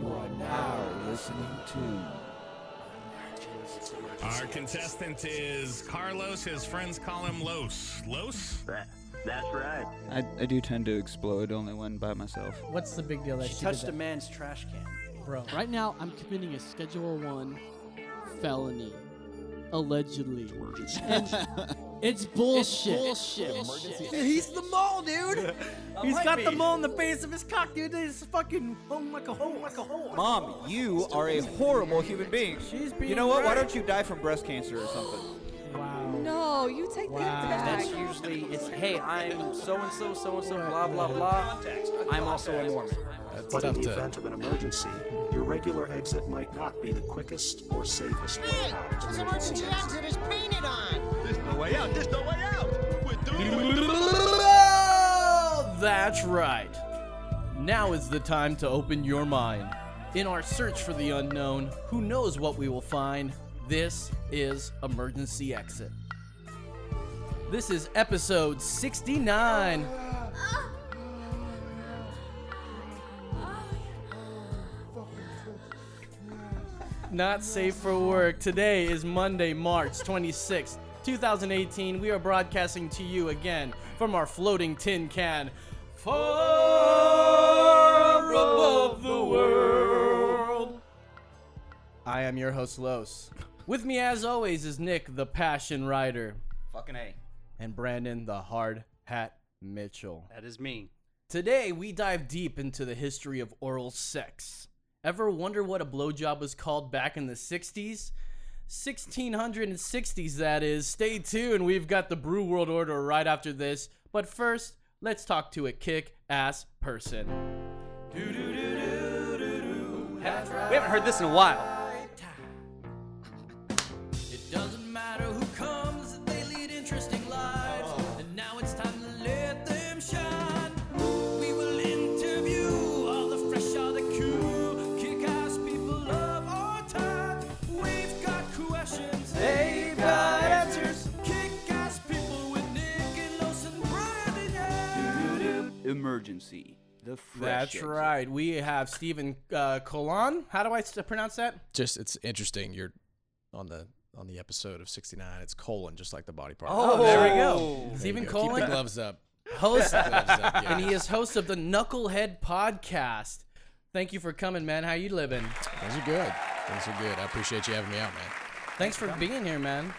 You are now listening to. Our contestant is Carlos. His friends call him Los. Los? That, that's right. I, I do tend to explode only when by myself. What's the big deal that she, She touched a did man's trash can. that? bro? Right now, I'm committing a Schedule One felony, allegedly. And it's bullshit. bullshit. He's the mole, dude. He's might got the be. mole in the face of his cock, dude. He's fucking home like a hole, like a hole. Mom, you are a horrible human being. She's you being know what? Why right. don't you die from breast cancer or something? Wow. No, you take that back. That's usually it's hey, I'm so and so, so and so, blah blah blah. I'm also a Mormon. But in the event of an emergency, your regular exit might not be the quickest or safest way out. That's right. Now is the time to open your mind. In our search for the unknown, who knows what we will find? This is Emergency Exit. This is episode 69. Not safe for work. Today is Monday, March 26th, 2018. We are broadcasting to you again from our floating tin can far above the world. I am your host, Los. With me, as always, is Nick, the Passion Rider, Fucking A. and Brandon, the Hard Hat Mitchell. That is me. Today, we dive deep into the history of oral sex. Ever wonder what a blowjob was called back in the 60s? 1660s, that is. Stay tuned, we've got the Brew World Order right after this. But first, let's talk to a kick ass person. We haven't heard this in a while. It doesn't matter who comes, they lead interesting lives. And now it's time to let them shine. We will interview all the fresh, all the cool, kick ass people of our time. We've got questions, they've got answers. Kick ass people with Nick and Los and Brandon. Emergency. The fresh. That's right. We have Stephen uh, Colon. How do I s- pronounce that? Just it's interesting. You're on the on the episode of 69. It's colon, just like the body part. Oh, there we go. Stephen Keep the Colon. gloves up. host, yeah. and he is host of the Knucklehead Podcast. Thank you for coming, man. How you living? Those are good. Those are good. I appreciate you having me out, man. Thanks for being here, man.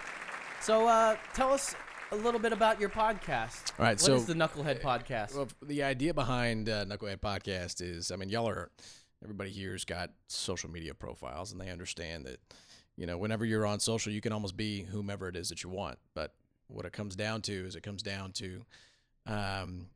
So, uh, tell us a little bit about your podcast. All right, What so- is the Knucklehead Podcast? Well, the idea behind uh, Knucklehead Podcast is, I mean, y'all are, everybody here's got social media profiles, and they understand that, you know, whenever you're on social, you can almost be whomever it is that you want. But what it comes down to is, it comes down to, um,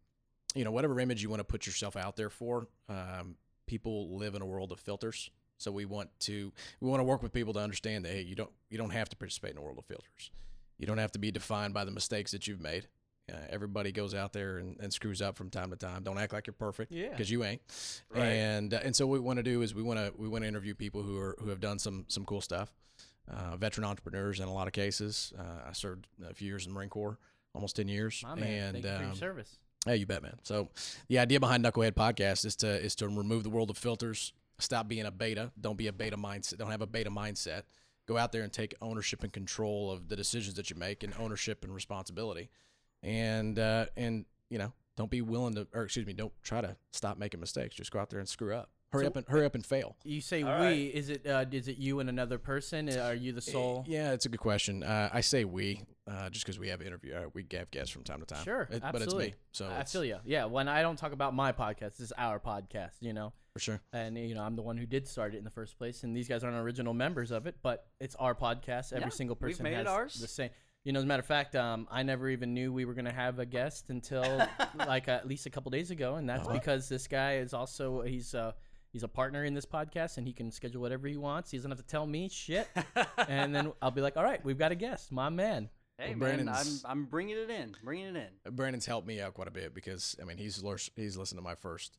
you know, whatever image you want to put yourself out there for. Um, people live in a world of filters, so we want to we want to work with people to understand that hey, you don't you don't have to participate in a world of filters. You don't have to be defined by the mistakes that you've made. Uh, everybody goes out there and, and screws up from time to time. Don't act like you're perfect, Yeah. because you ain't. And uh, and so what we want to do is we want to we want to interview people who are who have done some some cool stuff. Uh, veteran entrepreneurs in a lot of cases. Uh, I served a few years in the Marine Corps, almost ten years. My man, thank you and for your um, service. yeah, you bet, man. So the idea behind Knucklehead Podcast is to is to remove the world of filters. Stop being a beta. Don't be a beta mindset. Don't have a beta mindset. Go out there and take ownership and control of the decisions that you make, and ownership and responsibility. And uh, and you know, don't be willing to, or excuse me, don't try to stop making mistakes. Just go out there and screw up. Hurry up and hurry up and fail. You say we? Is it uh, is it you and another person? Uh, Are you the sole? Eh, Yeah, it's a good question. Uh, I say we, uh, just because we have interview, uh, we have guests from time to time. Sure, It- but it's absolutely. me. So I it's- feel you. Yeah, when I don't talk about my podcast, it's our podcast. You know. for sure. and you know I'm the one who did start it in the first place, and these guys aren't original members of it, but it's our podcast. Every Yeah, single we've person made it has ours. the same. You know, as a matter of fact, um, I never even knew we were gonna have a guest until like uh, at least a couple days ago, and that's because this guy is also he's uh, he's a partner in this podcast, and he can schedule whatever he wants. He doesn't have to tell me shit, and then I'll be like, all right, we've got a guest, my man. Hey man, I'm Brandon's- I'm bringing it in, bringing it in. Brandon's helped me out quite a bit because I mean he's lis- he's listened to my first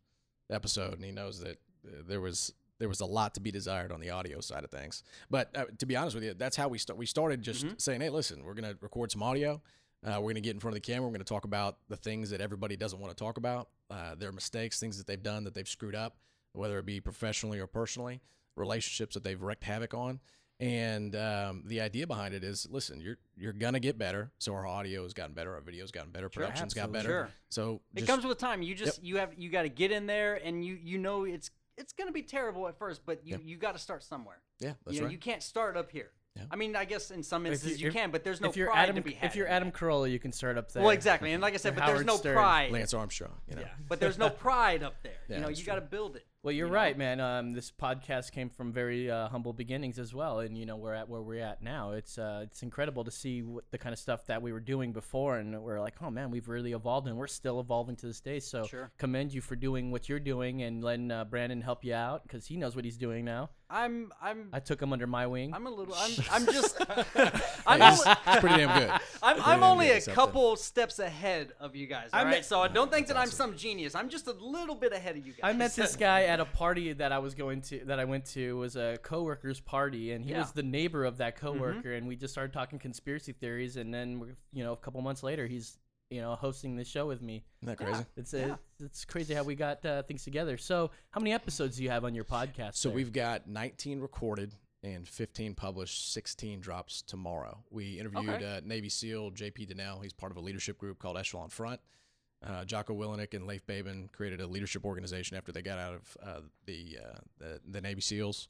episode and he knows that uh, there was there was a lot to be desired on the audio side of things. But uh, to be honest with you, that's how we start. We started just Mm-hmm. saying, "Hey, listen, we're gonna record some audio. Uh, we're gonna get in front of the camera. We're gonna talk about the things that everybody doesn't want to talk about, uh, their mistakes, things that they've done that they've screwed up." whether it be professionally or personally, relationships that they've wreaked havoc on. And um, the idea behind it is, listen, you're you're gonna get better. So our audio has gotten better, our video's gotten better, production's got better. Sure. So it just- comes with time. You just you have you got to get in there, and you you know it's it's gonna be terrible at first, but you you got to start somewhere. yeah, that's you know, right. you can't start up here. Yeah. I mean, I guess in some instances you, if- can, but there's no if you're pride Adam, to be had. if you're Adam Carolla, you can start up there. well, exactly, and like I said, Or but there's Howard no Stern. pride. Lance Armstrong, you know. But there's no pride up there. Yeah, you know, that's you got to build it. Well, you're right, man. Um, this podcast came from very uh, humble beginnings as well, and you know we're at where we're at now. It's uh, it's incredible to see what the kind of stuff that we were doing before, and we're like, oh man, we've really evolved, and we're still evolving to this day. So Sure. commend you for doing what you're doing and letting uh, Brandon help you out because he knows what he's doing now. I'm I'm I took him under my wing. I'm a little I'm I'm just I'm Hey, only, it's, it's pretty damn good. I'm, Pretty I'm damn only good a at something. couple steps ahead of you guys. All right, Oh, so I don't think that I'm some genius. I'm just a little bit ahead of you guys. I met this guy at a party that I was going to that I went to It was a coworker's party and he Yeah. was the neighbor of that Mm-hmm. coworker and we just started talking conspiracy theories and then we're- you know a couple months later he's you know hosting this show with me. Isn't that crazy? It's it's crazy how we got uh, things together. So how many episodes do you have on your podcast? So there? we've got 19 recorded and 15 published. 16 drops tomorrow. We interviewed uh, Navy SEAL JP Donnell. He's part of a leadership group called Echelon Front. Uh, Jocko Willenick and Leif Babin created a leadership organization after they got out of uh, the, uh, the the Navy SEALs,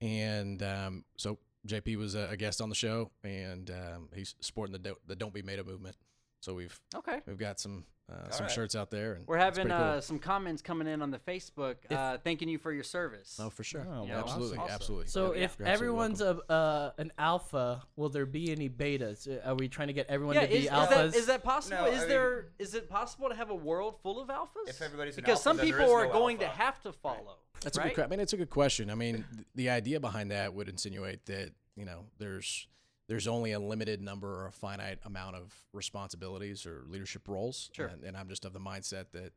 and um, so JP was a, a guest on the show, and um, he's supporting the do- the Don't Be Made a movement. So we've Okay. we've got some uh, some shirts out there, and We're it's having pretty cool. uh, some comments coming in on the Facebook uh, thanking you for your service. oh for sure, Oh, well, absolutely, awesome. absolutely. So Yeah, if you're absolutely everyone's a, uh, an alpha, will there be any betas? Uh, Are we trying to get everyone yeah, to be is, is alphas? that, is that possible? No, is I mean- there is it possible to have a world full of alphas? If everybody's an because alpha, some then there people is are no going to alpha. have to follow. That's a right? good. que- I mean, it's a good question. I mean, th- the idea behind that would insinuate that you know there's there's only a limited number or a finite amount of responsibilities or leadership roles. Sure. And, and I'm just of the mindset that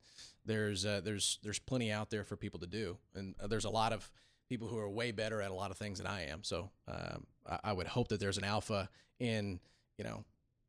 there's uh, there's there's plenty out there for people to do, and uh, there's a lot of people who are way better at a lot of things than I am. So um, I, I would hope that there's an alpha in you know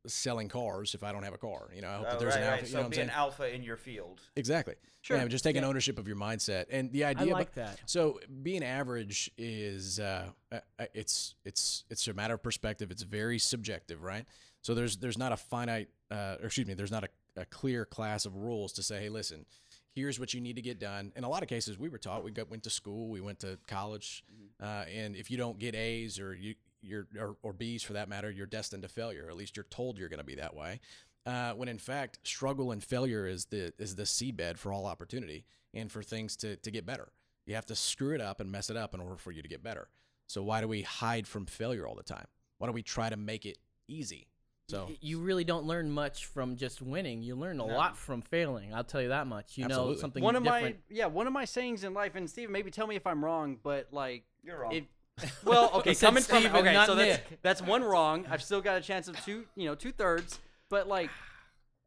selling cars if I don't have a car. You know, I hope Oh, that there's an alpha. You know what I'm saying? alpha in your field. Exactly. Yeah, just taking ownership of your mindset and the idea. like be- that. So being average is uh, uh, uh, it's it's it's a matter of perspective. It's very subjective, right? So there's there's not a finite, uh, or excuse me, there's not a, a clear class of rules to say, hey, listen, here's what you need to get done. In a lot of cases, we were taught we got, went to school, we went to college, uh, and if you don't get A's or you you're, or, or B's for that matter, you're destined to failure. Or at least you're told you're going to be that way. Uh, when in fact, struggle and failure is the is the seedbed for all opportunity and for things to to get better. You have to screw it up and mess it up in order for you to get better. So why do we hide from failure all the time? Why don't we try to make it easy? So you really don't learn much from just winning. You learn a lot from failing. I'll tell you that much. You know Absolutely. something one of different. my yeah one of my sayings in life and Steven, maybe tell me if i'm wrong but like You're wrong. if- well okay He said coming from Steven, okay not so that's that's one wrong i've still got a chance of two you know two thirds but like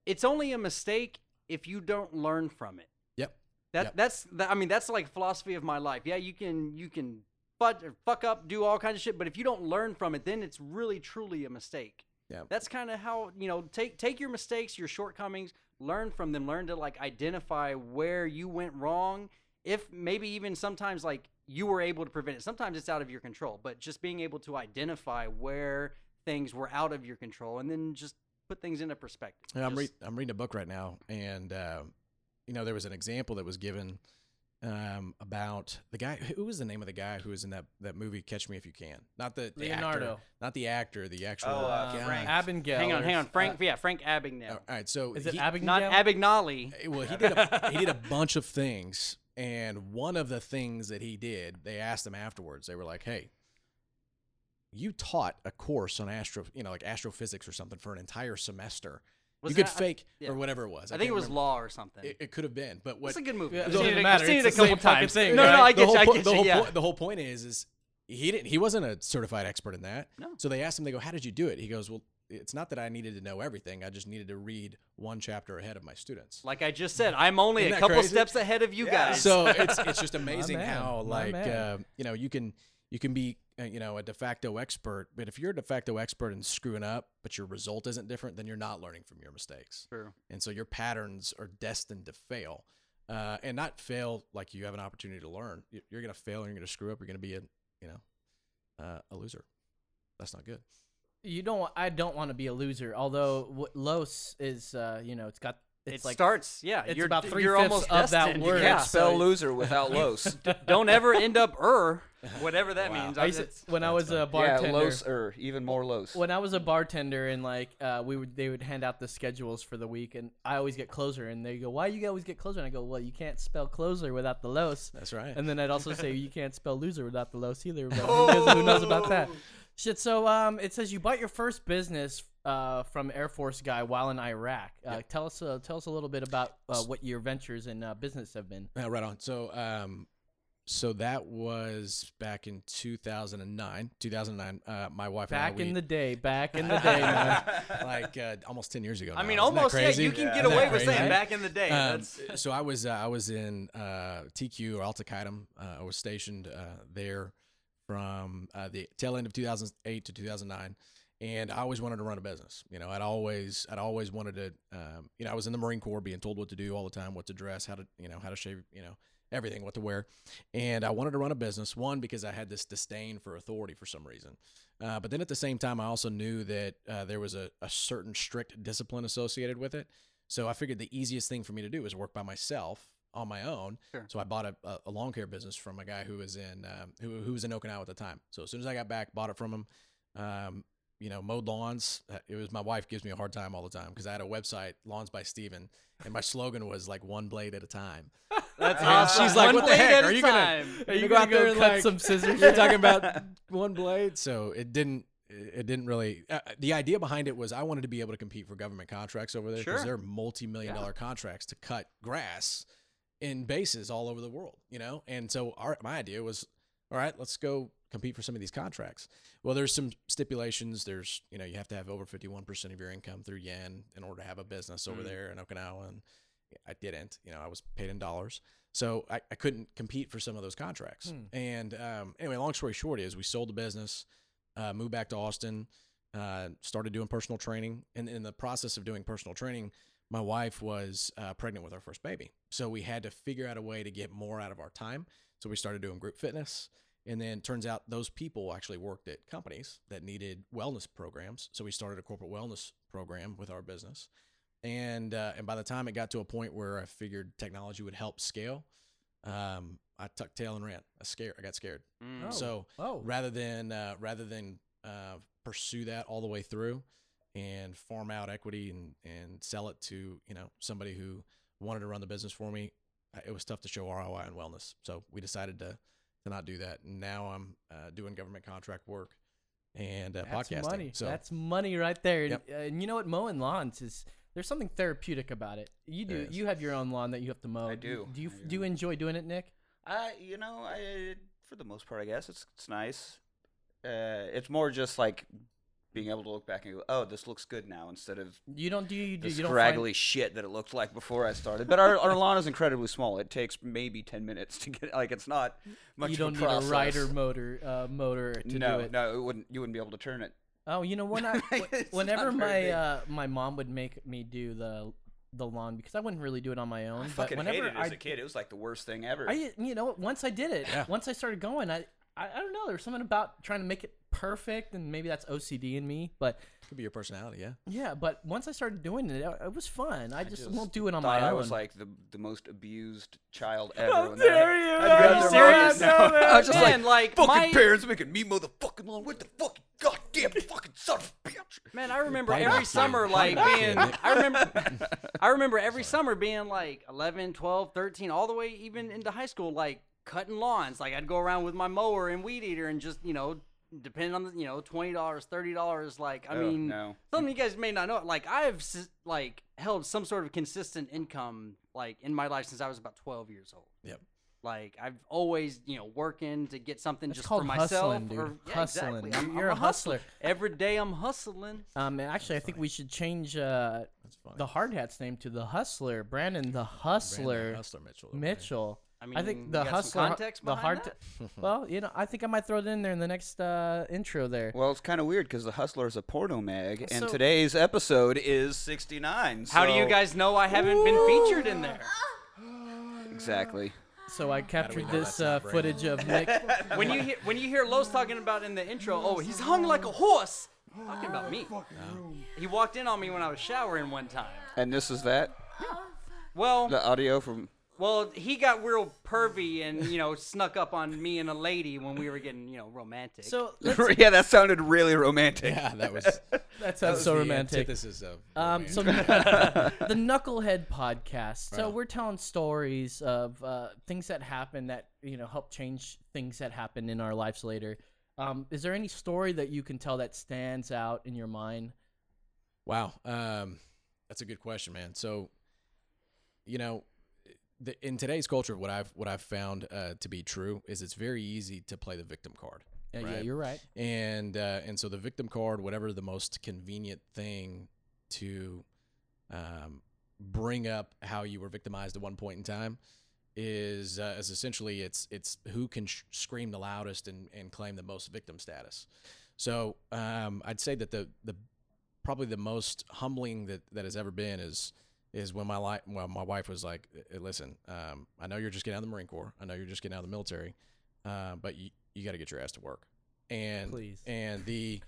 it's only a mistake if you don't learn from it yep, that Yep. that's that, i mean that's like philosophy of my life yeah you can you can fuck, fuck up do all kinds of shit but if you don't learn from it then it's really truly a mistake Yep. that's kind of how you know take take your mistakes your shortcomings learn from them learn to like identify where you went wrong if maybe even sometimes like you were able to prevent it sometimes it's out of your control but just being able to identify where things were out of your control and then just put things into perspective Yeah, I'm, Just- read, I'm reading a book right now, and uh, you know there was an example that was given um, about the guy. Who was the name of the guy who was in that, that movie Catch Me If You Can? Not the, the Leonardo. actor, not the actor, the actual. Oh, uh, guy. Frank. Abigail. hang on or- hang Uh, on frank yeah frank All abagnale right, so Is it he- Abigail? not abagnale Eh, Well, he did a, he did a bunch of things, and one of the things that he did, they asked him afterwards. They were like, "Hey, you taught a course on astro, you know, like astrophysics or something for an entire semester. Was you could that- fake yeah. or whatever it was. I, think can't it was remember. law or something. It, it could have been, but what it's a good movie. Yeah, I've it doesn't seen it, I've matter. seen It's it the a same couple times. fucking thing, no, no, right? I the get whole, you. I po- get the you. whole yeah. point, the whole point is, is he didn't, he wasn't a certified expert in that. No. So they asked him, they go, how did you do it? He goes, well, it's not that I needed to know everything. I just needed to read one chapter ahead of my students. Like I just said, I'm only Isn't a that couple crazy? steps ahead of you guys. So it's it's just amazing man, my how like uh, man. you know you can you can be uh, you know a de facto expert, but if you're a de facto expert and screwing up, but your result isn't different, then you're not learning from your mistakes, True. and so your patterns are destined to fail. uh, and not fail like you have an opportunity to learn. You- You're going to fail and you're going to screw up. You're going to be a, you know, uh, a loser. That's not good. You don't. wa- I don't want to be a loser. Although what, Los is, uh, you know, it's got. It's it like starts. Yeah, it's you're, about d- three you're fifths almost of that destined. word. Yeah. Spell loser without los. Don't ever end up er, whatever that means. I used to- it's- when I was a yeah, bartender. loser, even more los. when I was a bartender and like uh, we would they would hand out the schedules for the week and I always get closer and they go why you always get closer and I go well you can't spell closer without the los That's right. and then I'd also say you can't spell loser without the los either but who, knows, who knows about that shit so um it says you bought your first business uh, from Air Force guy while in Iraq uh, tell us uh, tell us a little bit about uh, what your ventures in uh, business have been Yeah, right on. So, um, so that was back in 2009. 2009. Uh, my wife back and I, we- in the day back in the day man. like uh, almost 10 years ago. I now. mean, Isn't that almost. Yeah, crazy? you can get Isn't that away with crazy? saying back in the day. Um, That's so I was uh, I was in uh, TQ or Alta Qaidam. Uh, I was stationed uh, there from uh, the tail end of 2008 to 2009, and I always wanted to run a business. You know, I'd always I'd always wanted to. Um, you know, I was in the Marine Corps, being told what to do all the time, what to dress, how to you know how to shave, you know everything, what to wear, and I wanted to run a business. One because I had this disdain for authority for some reason. Uh, but then at the same time, I also knew that uh, there was a, a certain strict discipline associated with it. So I figured the easiest thing for me to do is work by myself on my own. Sure. So I bought a, a, a lawn care business from a guy who was in um, who, who was in Okinawa at the time. So as soon as I got back, bought it from him. Um, you know, mowed lawns. Uh, It was my wife gives me a hard time all the time because I had a website, Lawns by Steven, and my slogan was like one blade at a time. that's And awesome. She's like, One what the blade heck? at Are a you gonna time. are you You gonna go out there go and, cut like- some scissors you're talking about one blade so it didn't it didn't really uh, the idea behind it was i wanted to be able to compete for government contracts over there because Sure. they're multi-million dollar contracts to cut grass in bases all over the world you know and so our my idea was all right let's go compete for some of these contracts well there's some stipulations there's you know you have to have over 51% of your income through yen in order to have a business over Mm. there in okinawa and i didn't you know i was paid in dollars so I, I couldn't compete for some of those contracts. Hmm. And um, anyway, long story short is we sold the business, uh, moved back to Austin, uh, started doing personal training. And in the process of doing personal training, my wife was uh, pregnant with our first baby. So we had to figure out a way to get more out of our time. So we started doing group fitness. And then turns out those people actually worked at companies that needed wellness programs. So we started a corporate wellness program with our business and uh, and by the time it got to a point where I figured technology would help scale, um, I tucked tail and ran. I scared. I got scared. Mm. Oh. So oh rather than uh, rather than uh, pursue that all the way through and farm out equity and and sell it to you know somebody who wanted to run the business for me, I- it was tough to show ROI on wellness. So we decided to to not do that. Now I'm uh, doing government contract work and uh, That's podcasting. money. So That's money right there. And, Yep. uh, and you know what? Mowing lawns is there's something therapeutic about it. You There do. is. You have your own lawn that you have to mow. I Do you- do. Do you I f- do. do you enjoy doing it, Nick? I, you know, I for the most part, I guess it's it's nice. Uh, it's more just like being able to look back and go, "Oh, this looks good now," instead of You don't do. You do. the You don't. scraggly Find, shit that it looked like before I started. But our, our lawn is incredibly small. It takes maybe ten minutes to get like it's not much. you of don't a need a process. rider motor uh, motor to no, do it. no, it wouldn't. You wouldn't be able to turn it. Oh, you know when I wh- It's whenever not very my big. uh, my mom would make me do the the lawn because I wouldn't really do it on my own. I but fucking whenever hated it as I a kid. It was like the worst thing ever. I you know once I did it, Yeah. once I started going, I, I I don't know. There's something about trying to make it perfect, and maybe that's OCD in me, but could be your personality. Yeah. yeah. But once I started doing it, it, it was fun. I just, just won't do it on my thought own. I was like the the most abused child ever. How and then dare I- you? I'd Are grab their you serious? mom and- No, I was just like, man, like, fucking my- parents making me motherfucking lawn. What the fucking goddamn fucking son of a bitch? Man, I remember Probably every not summer kidding. like Probably being not kidding. I remember I remember every summer being like 11, 12, 13 all the way even into high school like cutting lawns. Like I'd go around with my mower and weed eater and just, you know, depending on the, you know, $20, $30 like I Oh, mean no. something you guys may not know like I've s- like held some sort of consistent income like in my life since I was about 12 years old. Yep. Like I've always, you know, working to get something That's just called for myself. hustling, dude. Or, yeah, Hustling. exactly. You- I'm- I'm you're a hustler. hustler. Every day I'm hustling. um, and actually, I think we should change uh, That's fine. the hard hat's name to the Hustler, Brandon the Brandon Hustler Hustler Mitchell. over there. Mitchell. I I mean, think you the got some Hustler, context the behind hard. well, you know, I think I might throw it in there in the next uh, intro there. Well, it's kind of weird because the hustler is a porno mag, and So- today's episode is 69. How do you so- guys know I haven't been featured in there? Exactly. So I captured this uh, Brandon? footage of Nick. when you hear when you hear Los talking about in the intro, oh, he's hung like a horse. Talking about me. He walked in on me when I was showering one time. And this is that. Well, The audio from. well, he got real pervy and you know snuck up on me and a lady when we were getting you know romantic. So yeah, that sounded really romantic. Yeah, that was. That that sounds was so the romantic. Antithesis of. Um, so the Knucklehead podcast. So Right. we're telling stories of uh, things that happen that you know help change things that happen in our lives later. Um, is there any story that you can tell that stands out in your mind? Wow, um, that's a good question, man. So, you know, the, in today's culture, what I've what I've found uh, to be true is it's very easy to play the victim card. Yeah, Uh, yeah, you're right. And uh, and so the victim card, whatever the most convenient thing to um, bring up how you were victimized at one point in time is uh, is essentially it's it's who can sh- scream the loudest and, and claim the most victim status. So um, I'd say that the the probably the most humbling that, that has ever been is is when my li- well, my wife was like, "Eh, "Listen, um, I know you're just getting out of the Marine Corps. I know you're just getting out of the military, uh, but you, you got to get your ass to work." And Please. and the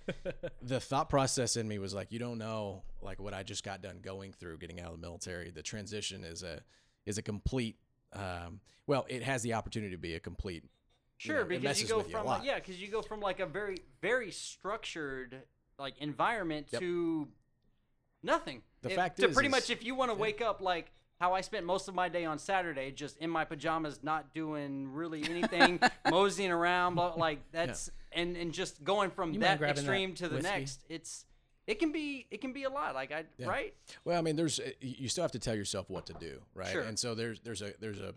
the thought process in me was like, "You don't know like what I just got done going through getting out of the military. The transition is a is a complete um, well, it has the opportunity to be a complete Sure, know, it because you messes go with you a from lot. yeah, because you go from like a very very structured like environment Yep. to nothing. The If- fact to is- pretty is- much if you want to wake up like how I spent most of my day on Saturday, just in my pajamas, not doing really anything, moseying around, blah, like that's and and just going from You mind that grabbing that extreme to the whiskey? next. It's it can be it can be a lot. Like I Yeah. right. Well, I mean, there's uh, y- you still have to tell yourself what to do, right? Sure. And so there's there's a there's a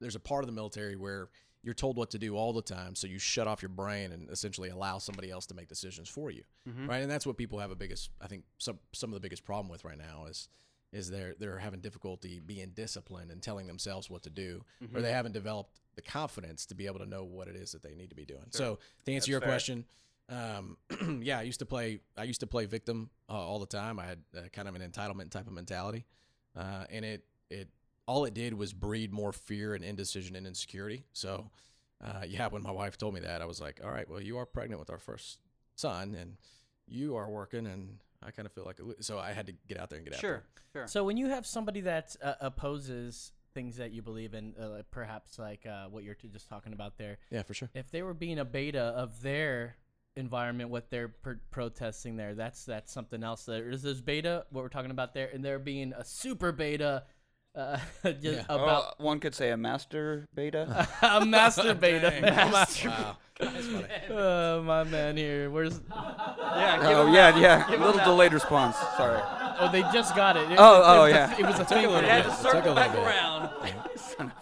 there's a part of the military where you're told what to do all the time, so you shut off your brain and essentially allow somebody else to make decisions for you, right? And that's what people have a biggest, I think, some some of the biggest problem with right now is is they're they're having difficulty being disciplined and telling themselves what to do, Mm-hmm. or they haven't developed the confidence to be able to know what it is that they need to be doing. So to answer your fair. question, um, yeah, I used to play I used to play victim uh, all the time. I had uh, kind of an entitlement type of mentality, uh, and it it all it did was breed more fear and indecision and insecurity. So, uh, yeah, when my wife told me that, I was like, all right, well, you are pregnant with our first son, and you are working, and I kind of feel like a lo-" so I had to get out there and get out Sure. there. Sure. So when you have somebody that uh, opposes things that you believe in, uh, like, perhaps like uh, what you're t- just talking about there, Yeah, for sure. if they were being a beta of their environment what they're pr- protesting there that's that's something else there is this beta what we're talking about there and they're being a super beta uh, just Yeah. about Oh, one could say a master beta. a master beta Oh. Wow, that's funny. Uh, my man here where's Yeah. give oh him yeah, that. yeah. Give A him little that. delayed response. Sorry. oh they just got it, It- Oh, it- it oh, was a- yeah. it was a thing It had to It took a circle little back bit. around.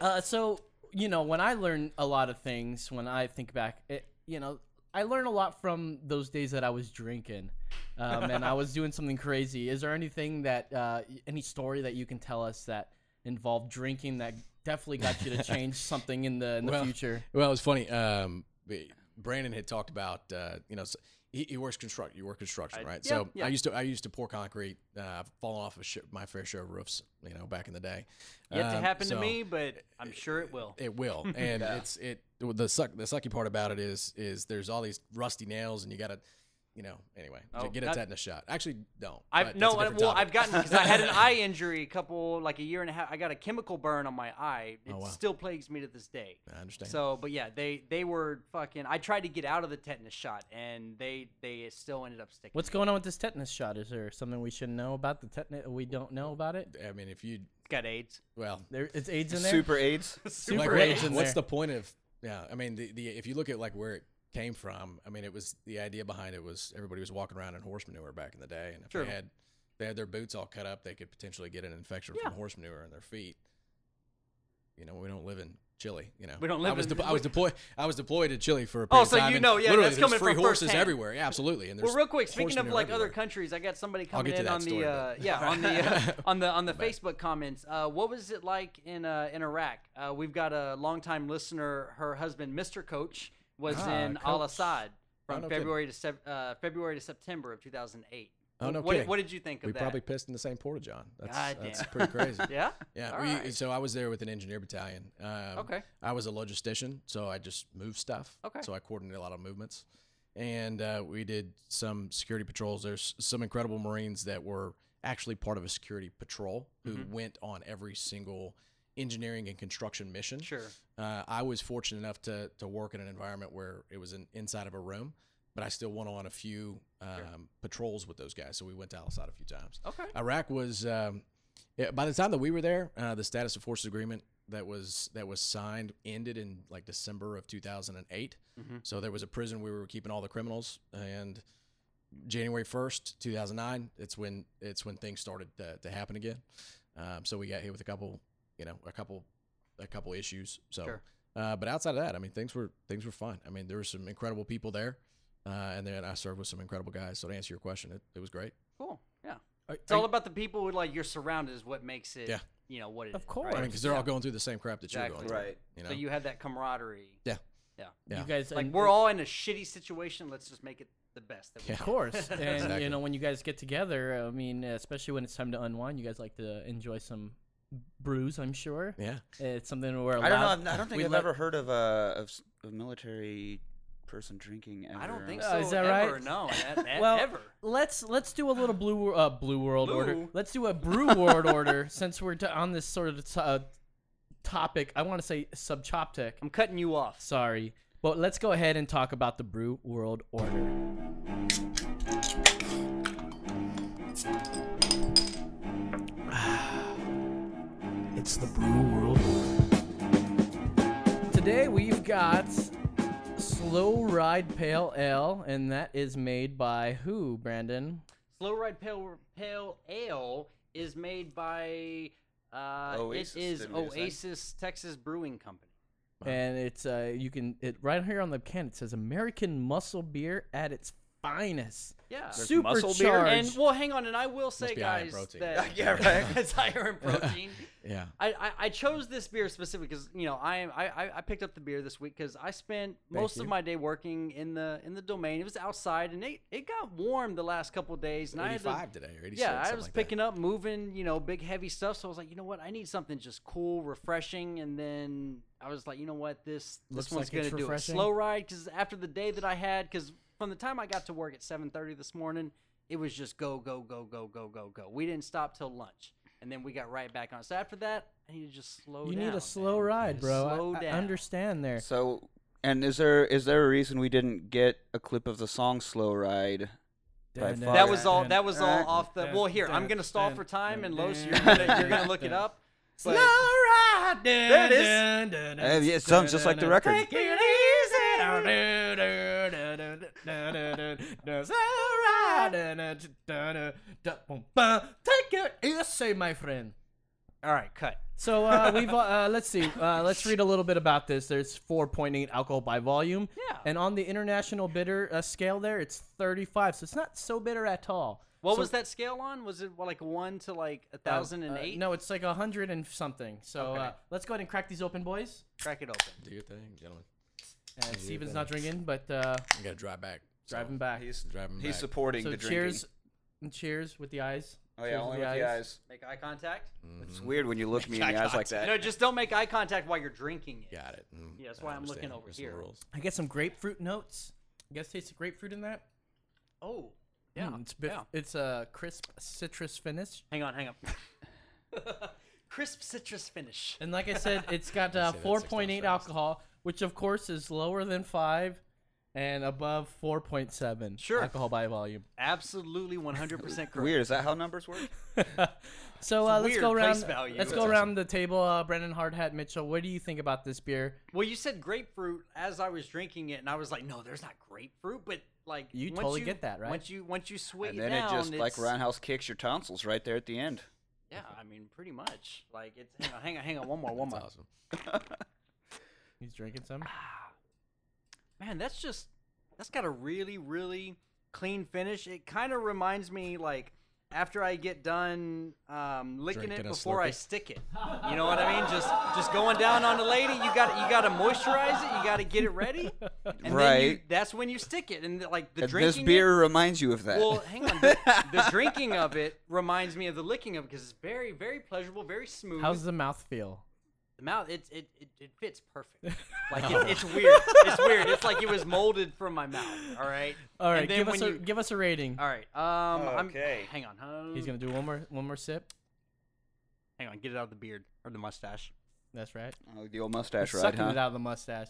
Uh, so you know, when I learn a lot of things, when I think back, it, you know, I learn a lot from those days that I was drinking, um, and I was doing something crazy. Is there anything that, uh, y- any story that you can tell us that involved drinking that definitely got you to change something in the in the Well, future? Well, it was funny. Um, b- Brandon had talked about uh, you know s- he, he works construct you work construction right. so yeah. I used to I used to pour concrete. Uh, I've fallen off of sh- my fair share of roofs. You know back in the day. Yet to Um, happen to so- me, but I'm sure it will. It will, and it's it the suck the sucky part about it is is there's all these rusty nails, and you gotta, you know. Anyway, Oh, get a that- tetanus shot. Actually, don't. I've but no, that's a I, different well, topic. I've gotten because I had an eye injury a couple like a year and a half. I got a chemical burn on my eye. It Oh, wow. still plagues me to this day. I understand. So, but yeah, they they were fucking. I tried to get out of the tetanus shot, and they they still ended up sticking. What's going on with this tetanus shot? Is there something we should know about the tetanus? We don't know about it. I mean, if you It's got AIDS. well, There, it's AIDS in there. Super AIDS. Super like, AIDS what- in what's there. the point of yeah i mean the, the if you look at like where it came from i mean it was the idea behind it was everybody was walking around in horse manure back in the day and if Sure. they had they had their boots all cut up they could potentially get an infection from horse manure in their feet you know we don't live in Chile, you know. We don't live I was in- de- I was deployed. I was deployed in Chile for a Oh, period so of time. you and know, yeah, literally, that's there's coming free from horses firsthand. everywhere. Yeah, absolutely. And there's Well, real quick, horse speaking of manure like other everywhere. countries, I got somebody I'll coming get to in that on the story, uh, but- yeah on the uh, on the on the Facebook comments. Uh, what was it like in uh, in Iraq? Uh, we've got a longtime listener. Her husband, Mr. Coach, was Ah, in Coach. Al Assad Oh, from no kidding. February to sep- uh, February to September of 2008. Oh no! What- kidding. what did you think of we that? probably pissed in the same porta john. That's God that's damn. pretty crazy. Yeah? yeah. All we- right. So I was there with an engineer battalion. Um, Okay. I was a logistician, so I just moved stuff. Okay. So I coordinated a lot of movements, and uh, we did some security patrols. There's some incredible Marines that were actually part of a security patrol who Mhm. went on every single engineering and construction mission. Sure. Uh, I was fortunate enough to to work in an environment where it was an, inside of a room, but I still went on a few um, patrols with those guys. So we went to Al Asad a few times. Okay. Iraq was um, yeah, by the time that we were there, uh, the status of forces agreement that was that was signed ended in like December of 2008. Mhm. So there was a prison where we were keeping all the criminals and. January 1st, 2009, it's when it's when things started to, to happen again. Um, so we got hit with a couple, you know, a couple a couple issues. So Sure. uh, but outside of that, I mean, things were things were fun. I mean, there were some incredible people there. Uh, and then I served with some incredible guys. So to answer your question, it, it was great. Cool. Yeah. Are- it's are all you- about the people who like you're surrounded is what makes it. Yeah. You know what it is. Of right? course. I mean, because they're all going through the same crap that Exactly. you're going Right. through. You know? So you had that camaraderie. yeah. Yeah. Yeah. You guys, Like and- we're all in a shitty situation. Let's just make it the best. That we Yeah. Of course, and Exactly. you know when you guys get together, I mean, especially when it's time to unwind, you guys like to enjoy some brews. I'm sure. Yeah. it's something we're. I don't know. allowed- I've- I don't think we I've let- ever heard of a of s- a military person drinking. Ever. I don't think Uh, so. is that ever. right? No. That, that, well, ever. let's let's do a little blue Wor- uh, blue world order. Blue? Let's do a brew world order since we're t- on this sort of t- uh, topic. I want to say subchoptic. I'm cutting you off. Sorry, but let's go ahead and talk about the brew world order. It's the brew world. Today we've got Slow Ride Pale Ale, and that is made by who, Brandon? Slow Ride Pale Pale Ale is made by uh, Oasis, it is didn't we decide? Oasis Texas Brewing Company. And it's uh, you can it right here on the can. It says American muscle beer at its finest. Yeah. There's muscle beer? And Supercharged. well, hang on, and I will say, be high in guys, protein. that Yeah, right. it's higher in protein. Yeah. I, I, I chose this beer specifically because you know I, am- I I- I picked up the beer this week because I spent most of you. my day working in the in the domain. It was outside and it, it got warm the last couple of days and I had to- 85 today or 86. yeah I something was like that. picking up moving you know big heavy stuff so I was like you know what I need something just cool refreshing and then I was like you know what this Looks this one's like gonna it's do it refreshing. slow ride because after the day that I had because from the time I got to work at seven thirty this morning it was just go go go go go go go we didn't stop till lunch and then we got right back on so after that I need to just slow You down need a man. slow ride, Just bro. I- slow I, down understand there. So, and is there is there a reason we didn't get a clip of the song "Slow Ride"? By Dun, dun, far? that was all. That was all Alright. off the. Well, here I'm dun, gonna stall dun, for time, dun, and Los, dun, you're gonna, dun, you're gonna dun, look it dun. up. Slow but- ride. There it is. Uh, yeah, it sounds just like the record. Take it easy. Dun, dun, dun, dun, dun, dun, dun, dun, dun. Slow ride. Dun, dun, dun, dun, dun, boom, bum. Take it easy, my friend. All right, cut. So uh, we've uh, let's see. Uh, let's read a little bit about this. There's 4.8 alcohol by volume. Yeah. And on the international bitter uh, scale, there it's 35. So it's not so bitter at all. What So- was that scale on? Was it well, like one to like a uh, thousand and uh, eight? no, it's like a hundred and something. So Okay. uh, let's go ahead and crack these open, boys. crack it open. Do your thing, gentlemen. Uh, Steven's not drinking, but uh, I got to drive back. So, driving Ah, back. He's Driving he's back. supporting So the cheers, drinking. and cheers with the eyes. Oh yeah, Cheers only with the eyes. Make eye contact. Mm-hmm. It's weird when you look me in the eyes like that. No, just don't make eye contact while you're drinking it. Got it. Mm, Yeah, that's I why I'm looking understand. over There's some here. rules. I get some grapefruit notes. You guys taste the grapefruit in that? Oh, yeah. Mm, it's a bit, yeah. it's a crisp citrus finish. Hang on, hang on. Crisp citrus finish. And like I said, it's got uh, say that six times 4.8 fast. alcohol, which of course is lower than five and above 4.7 Sure. alcohol by volume. Absolutely 100 percent correct. Weird. Is that how numbers work? So uh, let's weird go place around. value. Let's go around the table. Uh, Brendan Hardhat Mitchell, what do you think about this beer? Well, you said grapefruit as I was drinking it, and I was like, "No, there's not grapefruit." But like, You once totally get that, right? Once you once you sway and it then down, it just like it's- roundhouse kicks your tonsils right there at the end. Yeah, I mean, pretty much. Like, it's hang on, hang on, hang on, one more, one That's more. awesome. He's drinking some. Uh, Man, that's just that's got a really really clean finish. It kind of reminds me like after I get done um, licking Drinking it a before I Slurpee. stick it. You know what I mean? Just just going down on the lady. You got you got to moisturize it. You got to get it ready. And Then you, Right. that's when you stick it. And like the And this drinking. it- beer reminds you of that. Well, hang on. The, the drinking of it reminds me of the licking of it because it's very very pleasurable, very smooth. How's the mouth feel? The mouth, it it, it, it fits perfect. Like it, it's weird. It's weird. It's like it was molded from my mouth. All right. All And right, then give when us a you- give us a rating. All right. Um. Okay. I'm, hang on. huh? He's gonna do one more one more sip. Hang on. Get it out of the beard or the mustache. That's right. Oh, the old mustache He's ride, sucking huh? it out of the mustache.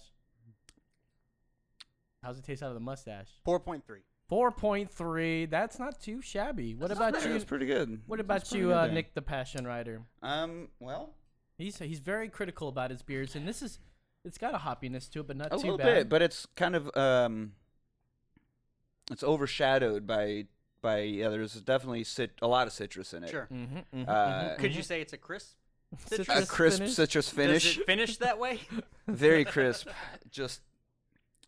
How's it taste out of the mustache? Four point three. Four point three. That's not too shabby. What about That's you? pretty good. What That's about pretty you, good uh, there. Nick the Passion Rider? Um. Well, He's he's very critical about his beers, and this is it's got a hoppiness to it, but not a too little bad. bit, but it's kind of um. It's overshadowed by by yeah. There's definitely cit- a lot of citrus in it. Sure. Mhm, mhm, Uh, mhm, Could mhm. you say it's a crisp? Citrus A crisp finish? citrus finish, Does it finish that way? very crisp. Just.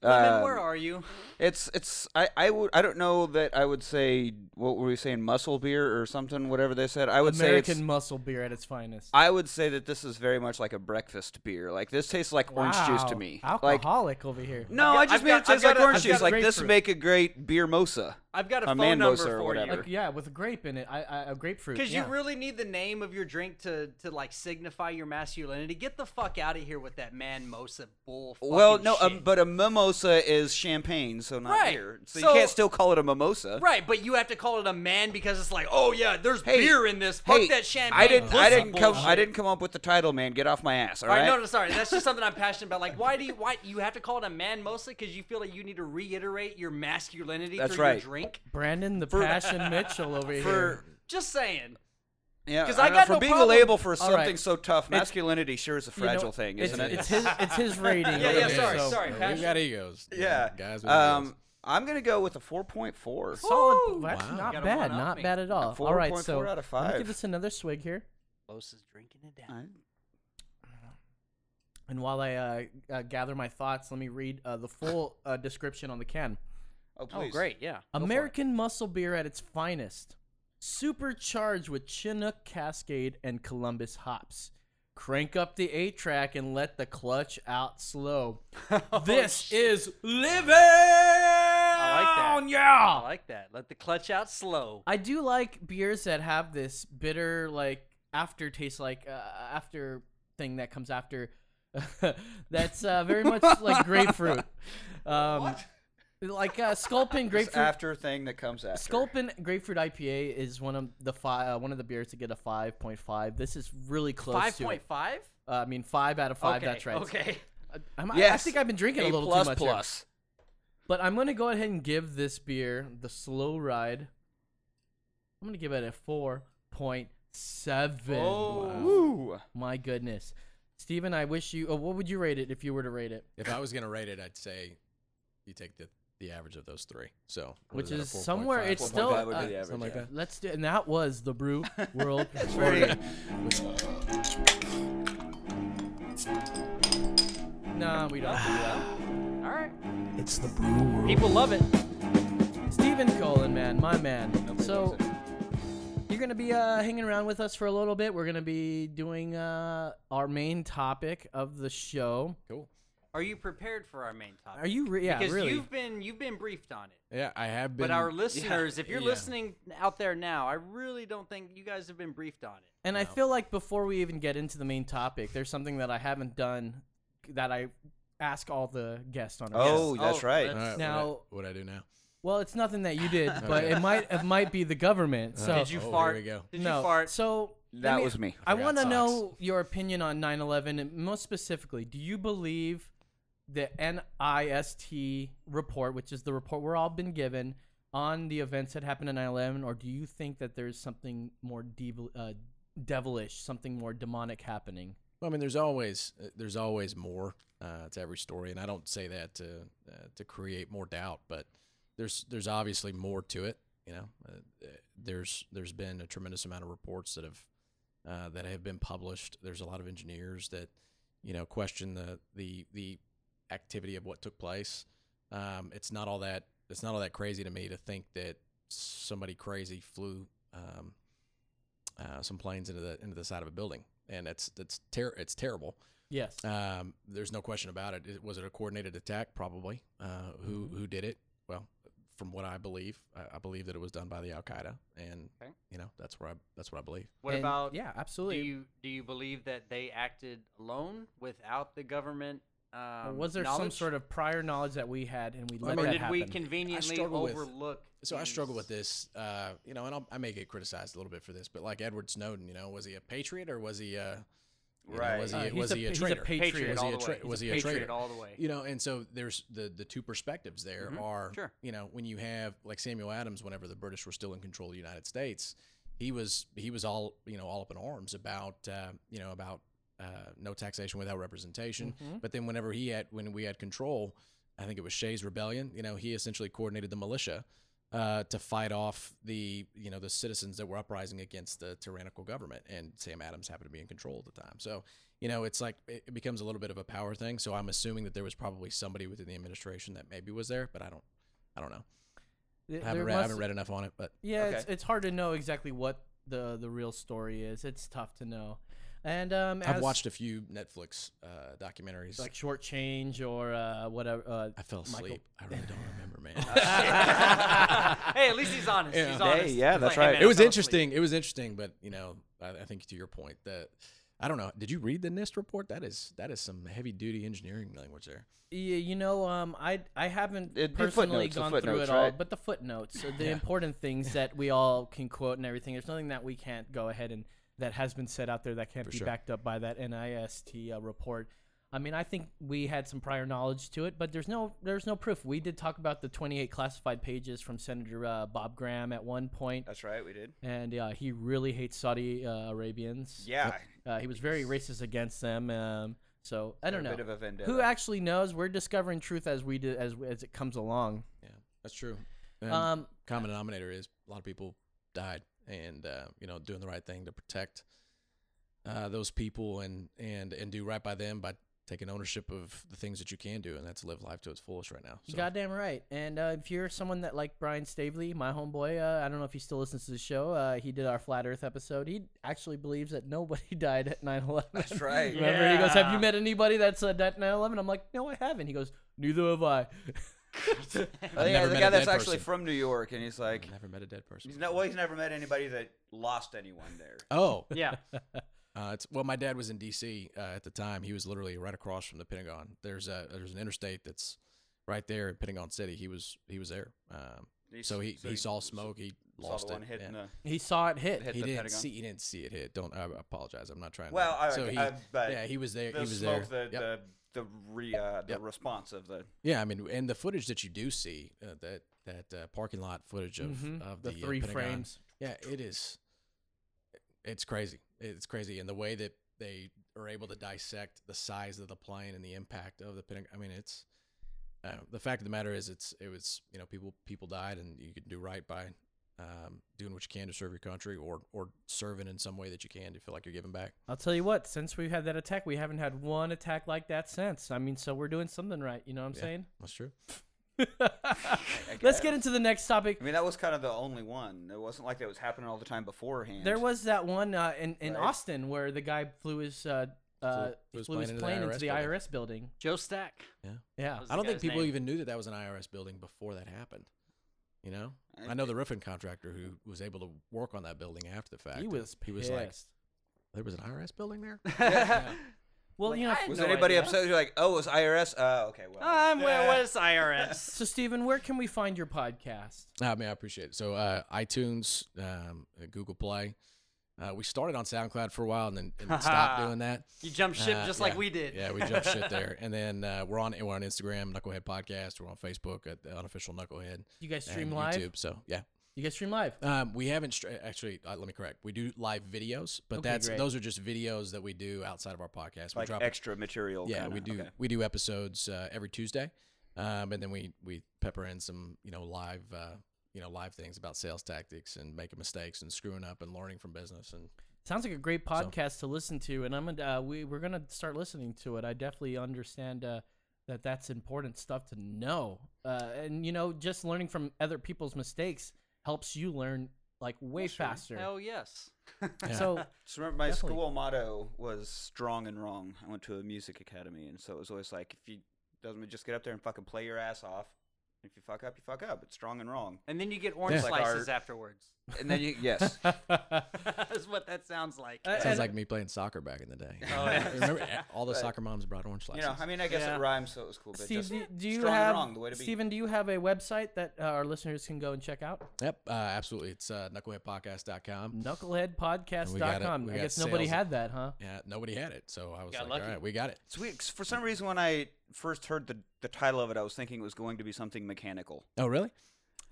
Lemon, um, where are you? It's it's I I would I don't know that I would say what were we saying muscle beer or something whatever they said I would say American it's, muscle beer at its finest. I would say that this is very much like a breakfast beer like this tastes like orange juice to Wow, me like Alcoholic over here. no I've got- I just I've mean got- it tastes I've like got a- orange I've got juice a like this grapefruit. make a great beer mosa I've got a, a phone man number mosa or for whatever. you. Like, yeah, with a grape in it, I, I, a grapefruit. Because yeah. you really need the name of your drink to to like signify your masculinity. Get the fuck out of here with that man mosa bull. fucking well no shit. um, but a mimosa is champagne so not Right. beer so, So- you can't still call it a mimosa right, but you have to call it a man because it's like, oh yeah, there's Hey, beer in this. Fuck hey that champagne. I didn't I pussy didn't come I bullshit. didn't come up with the title man get off my ass all All right, right no, no, sorry. That's just something I'm passionate about. Like, why do you why you have to call it a man mostly because you feel like you need to reiterate your masculinity That's through your right. drink? Brandon the Passion Mitchell over here. for Just saying. Yeah, 'Cause I I don't got know, no for being problem- a label for All something right. so tough, It's- masculinity sure is a You know, fragile thing, it's- isn't it? It's his it's his rating. Yeah, over yeah, here, sorry, so- sorry. we got egos. yeah, guys. With egos. Um, I'm gonna go with a 4.4. Solid. That's Wow. not Gotta bad. one-up Not me. bad at all. Four all right, point so four out of let me five. give us another swig here. Los is drinking it down. I- And while I uh, uh, gather my thoughts, let me read uh, the full uh, description on the can. Oh, Oh, please. great, yeah. American muscle beer at its finest, supercharged with Chinook, Cascade, and Columbus hops. Crank up the A track and let the clutch out slow. Oh, this is living. I like that. I Yeah. like that. Let the clutch out slow. I do like beers that have this bitter like aftertaste, like uh, after thing that comes after. That's uh, very much like grapefruit. Um, Like uh, Sculpin This grapefruit. after thing that comes after. Sculpin Grapefruit IPA is one of the five, uh, one of the beers to get a five point five. This is really close Five to point it. five. Uh, I mean, five out of five. Okay, that's right. Okay. I'm, I- I Yes. think I've been drinking a, A little plus too much. here. plus. But I'm gonna go ahead and give this beer the slow ride. I'm gonna give it a four point seven. Woo. My goodness, Steven, I wish you. Oh, what would you rate it if you were to rate it? if I was gonna rate it, I'd say you take the the average of those three. So what Which that, a is 4.5? somewhere it's still. 4.5 would be uh, the average, something like yeah. that. Let's do, and that was the Brew World. Very- Report. Nah, we don't do that. All right. It's the brew world. People love it. Stephen Colin, man, my man. so loves you're gonna be uh, hanging around with us for a little bit. We're gonna be doing uh, our main topic of the show. cool. Are you prepared for our main topic? Are you? Re- yeah, because really. you've been you've been briefed on it. Yeah, I have been. uh, But our listeners, if you're yeah. listening out there now, I really don't think you guys have been briefed on it. And I feel like before we even get into the main topic, there's something that I haven't done that I ask all the guests on. our show. Oh, that's Oh, right. All right, Now- what I, what I do now? Well, it's nothing that you did, but it might it might be the government. So Uh-huh. Did you oh, here fart? we go. Did no. you fart? So let that was me. I forgot want to socks. know your opinion on 9/11, and most specifically, do you believe the NIST report, which is the report we're all been given on the events that happened in 9/11, or do you think that there's something more devil, uh, devilish, something more demonic happening? Well, I mean, there's always uh, there's always more uh, to every story, and I don't say that to uh, to create more doubt, but there's there's obviously more to it. You know, uh, uh, there's there's been a tremendous amount of reports that have uh, that have been published. There's a lot of engineers that you know question the the the activity of what took place. Um, it's not all that it's not all that crazy to me to think that somebody crazy flew um, uh, some planes into the into the side of a building, and it's it's ter- it's terrible. Yes. Uh, Um, there's no question about it. Is- Was it a coordinated attack? Probably. Uh, who Mm-hmm. who did it? Well, from what I believe, I, I believe that it was done by the Al Qaeda, and Okay. you know that's where I that's what I believe. What And- about yeah, absolutely. Do you do you believe that they acted alone without the government? Um, Or was there some knowledge? sort of prior knowledge that we had and we Well, I let mean, Or that did we happen? conveniently struggle with- overlook? So I struggle these- with this, uh, you know, and I'll, I may get criticized a little bit for this, but like Edward Snowden, you know, was he a patriot or was he a you know, Right. was Uh, he he's was a- he a he's a traitor? patriot was all he a the tra- way. was he He's a a, patriot traitor all the way. Mm-hmm. You know, and so there's the the two perspectives there are, Sure. you know, when you have like Samuel Adams, whenever the British were still in control of the United States, he was he was all you know all up in arms about uh, you know about uh, no taxation without representation. Mm-hmm. But then whenever he had when we had control, I think it was Shays Rebellion. You know, he essentially coordinated the militia uh, to fight off the you know the citizens that were uprising against the tyrannical government. And Sam Adams happened to be in control at the time. So you know, it's like it it becomes a little bit of a power thing. So I'm assuming that there was probably somebody within the administration that maybe was there, but I don't. I don't know. Th- I haven't, there read, I must- haven't read enough on it, but Yeah, it's, Okay. it's hard to know exactly what the the real story is. It's tough to know. And um, I've as- watched a few Netflix uh, documentaries. like short change or uh, whatever. Uh, I fell Michael- asleep. I really don't remember, man. hey, at least he's honest. Yeah. He's Hey, honest. yeah, He's that's like, hey, right. man, it I was fell asleep. interesting. It was interesting, but you know, I, I think to your point that I don't know. Did you read the NIST report? That is that is some heavy duty engineering language there. yeah, you know, um, I I haven't It'd be personally footnotes, the gone through footnotes, it all, right? but the footnotes, uh, the Yeah. important things that we all can quote and everything. There's nothing that we can't go ahead and that has been set out there that can't For be sure. backed up by that NIST uh, report. I mean, I think we had some prior knowledge to it, but there's no there's no proof. We did talk about the 28 classified pages from Senator uh, Bob Graham at one point, That's right, we did. and uh, he really hates Saudi uh, Arabians. Yeah. Uh, he was very racist against them. Um, so I don't They're know. a bit of a vendetta. Who actually knows? We're discovering truth as we do, as as it comes along. Yeah, that's true. And Um, common denominator is a lot of people died, and uh, you know, doing the right thing to protect uh, those people and and and do right by them by taking ownership of the things that you can do, and that's live life to its fullest right now. So, Goddamn right. And uh, if you're someone that like Brian Stavely, my homeboy, uh, I don't know if he still listens to the show. Uh, he did our flat Earth episode. He actually believes that nobody died at 9/11. That's right. Remember, he goes, "Have you Yeah. met anybody that's uh, died at 9/11?" I'm like, "No, I haven't." He goes, "Neither have I." Oh, yeah, never the met guy a that's dead actually person. from New York, and he's like, I've never met a dead person. he's not. Well, he's never met anybody that lost anyone there. Oh, Yeah. Uh, it's, well, my dad was in D.C. Uh, at the time. He was literally right across from the Pentagon. There's a there's an interstate that's right there in Pentagon City. He was he was there. Um, He so s- he, so he he saw s- smoke. He Saw lost the one it. hitting yeah. He saw it hit. hit he the didn't Pentagon. see. He didn't see it hit. Don't. I apologize. I'm not trying. Well, to, I- so he, I- but yeah, he was there. the he was smoke, there. the Yep. the the re, uh, the Yep. response of the Yeah, I mean, and the footage that you do see uh, that that uh, parking lot footage of Mhm. of the, The uh, three Pentagon, frames. Yeah, it is. It's crazy. It's crazy, and the way that they are able to dissect the size of the plane and the impact of the Pentagon. I mean, it's uh, the fact of the matter is, it's it was you know people people died, and you can do right by um, doing what you can to serve your country, or or serving in some way that you can to feel like you're giving back. I'll tell you what, since we've had that attack, we haven't had one attack like that since. I mean, so we're doing something right. You know what I'm Yeah. saying? That's true. Let's get into the next topic. I mean, that was kind of the only one. It wasn't like that was happening all the time beforehand. There was that one uh, in, in Right. Austin where the guy flew his, uh, uh, Flew his flew his plane into the, IRS building. Joe Stack. Yeah. was I the don't think guy's people name. even knew that that was an IRS building before that happened. You know, I, I- know the roofing contractor who was able to work on that building after the fact. He and was he was like, pissed. there was an IRS building there. Well, Like, you know, I- Was No anybody idea. upset? You're like, oh, it was IRS. Oh, okay. Well, Ah, I'm where was IRS? so Steven, where can we find your podcast? I mean, I appreciate it. So uh, iTunes, um, uh, Google Play. Uh, we started on SoundCloud for a while and then and stopped doing that. You jumped ship Uh, just like yeah. we did. Yeah, we jumped shit there. And then uh, we're on we're on Instagram, Knucklehead Podcast. We're on Facebook at the Unofficial Knucklehead. You guys and stream live? YouTube. So yeah, You guys stream live. Um, we haven't stra- actually. Uh, let me correct. We do live videos, but Okay, that's great. those are just videos that we do outside of our podcast. We like drop extra material. Yeah, kinda. we do. Okay. We do episodes uh, every Tuesday, um, and then we we pepper in some you know live uh, you know live things about sales tactics and making mistakes and screwing up and learning from business and Sounds like a great podcast to listen to, and I'm gonna uh, we we're gonna start listening to it. I definitely understand uh, that that's important stuff to know, uh, and you know, just learning from other people's mistakes helps you learn like way faster. Hell Oh, yes. So So remember, my Definitely. school motto was strong and wrong. I went to a music academy, and so it was always like, if you doesn't mean just get up there and fucking play your ass off. If you fuck up, you fuck up. It's strong and wrong. And then you get orange It's like our- slices afterwards. And then you yes, That's what that sounds like. Sounds like me playing soccer back in the day. Oh, yeah. Remember, eh, all the But- soccer moms brought orange you slices. know. I mean, I guess Yeah. it rhymes, so it was cool. But Steve, just do, do you strong have and wrong, the way to be. Steven, do you have a website that uh, our listeners can go and check out? Yep, uh, absolutely. It's uh, knuckleheadpodcast.com. We got it. Knuckleheadpodcast.com. We I got guess nobody sales. had that, huh? Yeah, nobody had it, so I was Got like, lucky. all right, we got it. It's weird, 'cause for some reason, when I first heard the the title of it, I was thinking it was going to be something mechanical. Oh, really?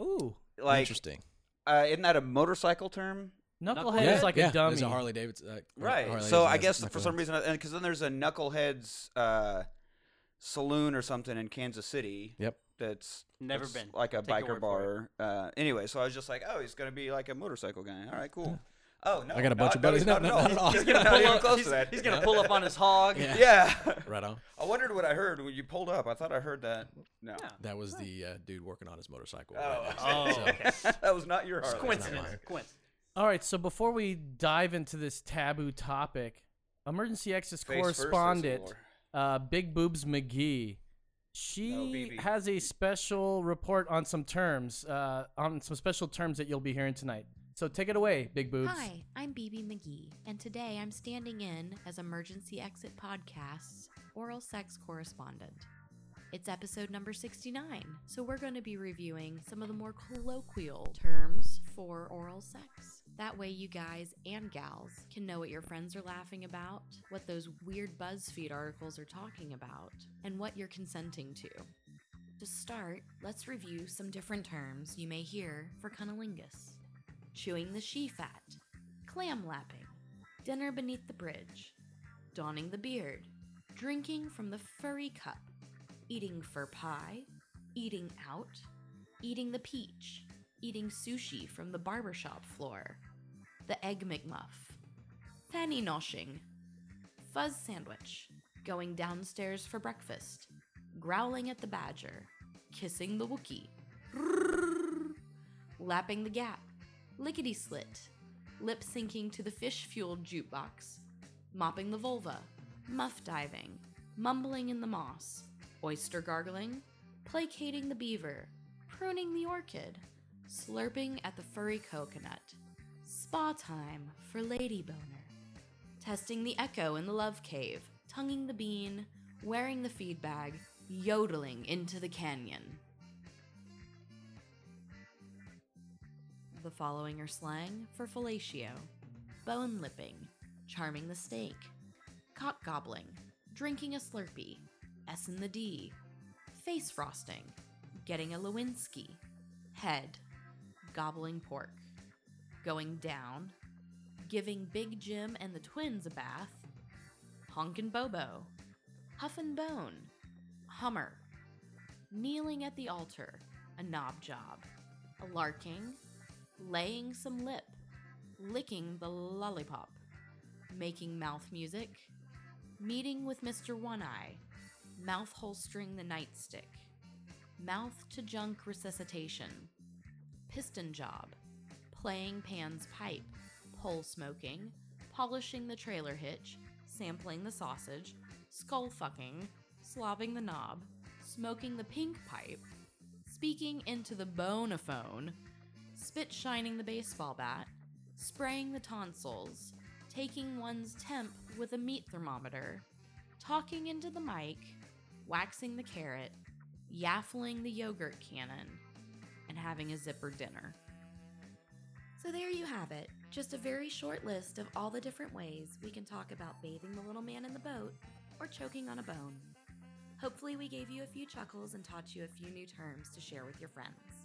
Ooh, Like, Interesting. uh, isn't that a motorcycle term? knucklehead yeah, is like yeah. a dummy. It's a Harley Davidson. Uh, Harley so I guess Davidson, for some knuckleheads. reason, because then there's a knuckleheads uh, saloon or something in Kansas City. Yep. That's Never that's been. like a Take your biker word for bar. Uh, anyway, so I was just like, oh, he's gonna be like a motorcycle guy. All right, cool. Oh no, I got a no, bunch of no, buddies. he's No, no, not at all. He's gonna Pull not even up- close he's, to that. he's gonna pull up on his hog. Yeah. Yeah. Right on. I wondered what I heard when you pulled up. I thought I heard that. No. That was the uh, dude working on his motorcycle. Oh. right Oh, okay. that was not your Harley. coincidence. Coincidence. All right, so before we dive into this taboo topic, emergency exits Face first, that's correspondent lore. uh, Big Boobs McGee, she BB. has a special report on some terms, uh, on some special terms that you'll be hearing tonight. So take it away, Big Boobs. Hi, I'm BB McGee, and today I'm standing in as Emergency Exit Podcast's oral sex correspondent. It's episode number 69, so we're going to be reviewing some of the more colloquial terms for oral sex. That way, you guys and gals can know what your friends are laughing about, what those weird BuzzFeed articles are talking about, and what you're consenting to. To start, let's review some different terms you may hear for cunnilingus chewing the she fat, clam lapping, dinner beneath the bridge, donning the beard, drinking from the furry cup, eating fur pie, eating out, eating the peach, eating sushi from the barbershop floor, the egg McMuff, fanny noshing, fuzz sandwich, going downstairs for breakfast, growling at the badger, kissing the Wookiee, lapping the gap, lickety slit, lip syncing to the fish fueled jukebox, mopping the vulva, muff diving, mumbling in the moss, oyster gargling, placating the beaver, pruning the orchid, slurping at the furry coconut, spa time for lady boner testing the echo in the love cave, tonguing the bean, wearing the feed bag, yodeling into the canyon. The following are slang for fellatio bone lipping, charming the steak, cock gobbling, drinking a slurpee, S in the D, face frosting, getting a Lewinsky, head, gobbling pork, going down, giving Big Jim and the twins a bath, Honkin' Bobo, Huff and Bone, Hummer, kneeling at the altar, a knob job, a larking, laying some lip, licking the lollipop, making mouth music, meeting with Mr. One Eye, mouth holstering the nightstick, mouth to junk resuscitation, piston job, playing Pan's pipe, pole smoking, polishing the trailer hitch, sampling the sausage, skull fucking, slobbing the knob, smoking the pink pipe, speaking into the bonaphone, spit shining the baseball bat, spraying the tonsils, taking one's temp with a meat thermometer, talking into the mic, waxing the carrot, yaffling the yogurt cannon, and having a zipper dinner. So there you have it. Just a very short list of all the different ways we can talk about bathing the little man in the boat or choking on a bone. Hopefully, we gave you a few chuckles and taught you a few new terms to share with your friends.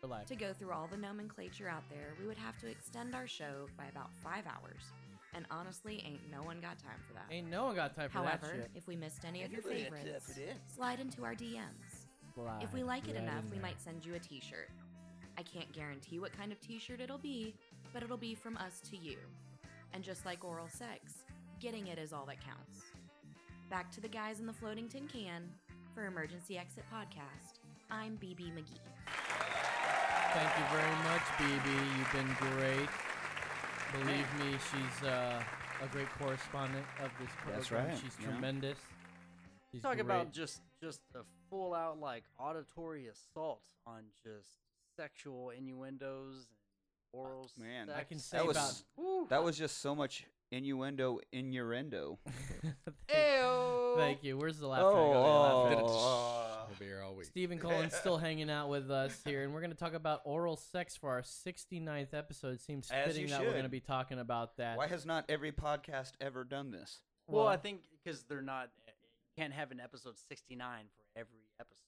We're live. To go through all the nomenclature out there, we would have to extend our show by about five hours. And honestly, ain't no one got time for that. Ain't no one got time for that However, shit. if we missed any of your Anybody got time favorites, for that? slide into our DMs. If we Slide like it right enough, in we there. might send you a t shirt. I can't guarantee what kind of t shirt it'll be, but it'll be from us to you. And just like oral sex, getting it is all that counts. Back to the guys in the floating tin can for Emergency Exit Podcast. I'm BB McGee. Thank you very much, BB. You've been great. Believe me, she's uh, a great correspondent of this program. That's right, She's yeah. tremendous. She's Talk great. about just just a full out like auditory assault on just sexual innuendos and oral Oh, Man, sex. that was, that was just so much innuendo, innuendo. Ayo. Thank you. Where's the laugh track? Oh, Oh, yeah, laugh oh. uh, track. We'll be here all week. Stephen Colin's still hanging out with us here, and we're going to talk about oral sex for our 69th episode. It seems As fitting you that we're should. going to be talking about that. Why has not every podcast ever done this? Well, I Well- think because they're not you can't have an episode sixty nine for every episode.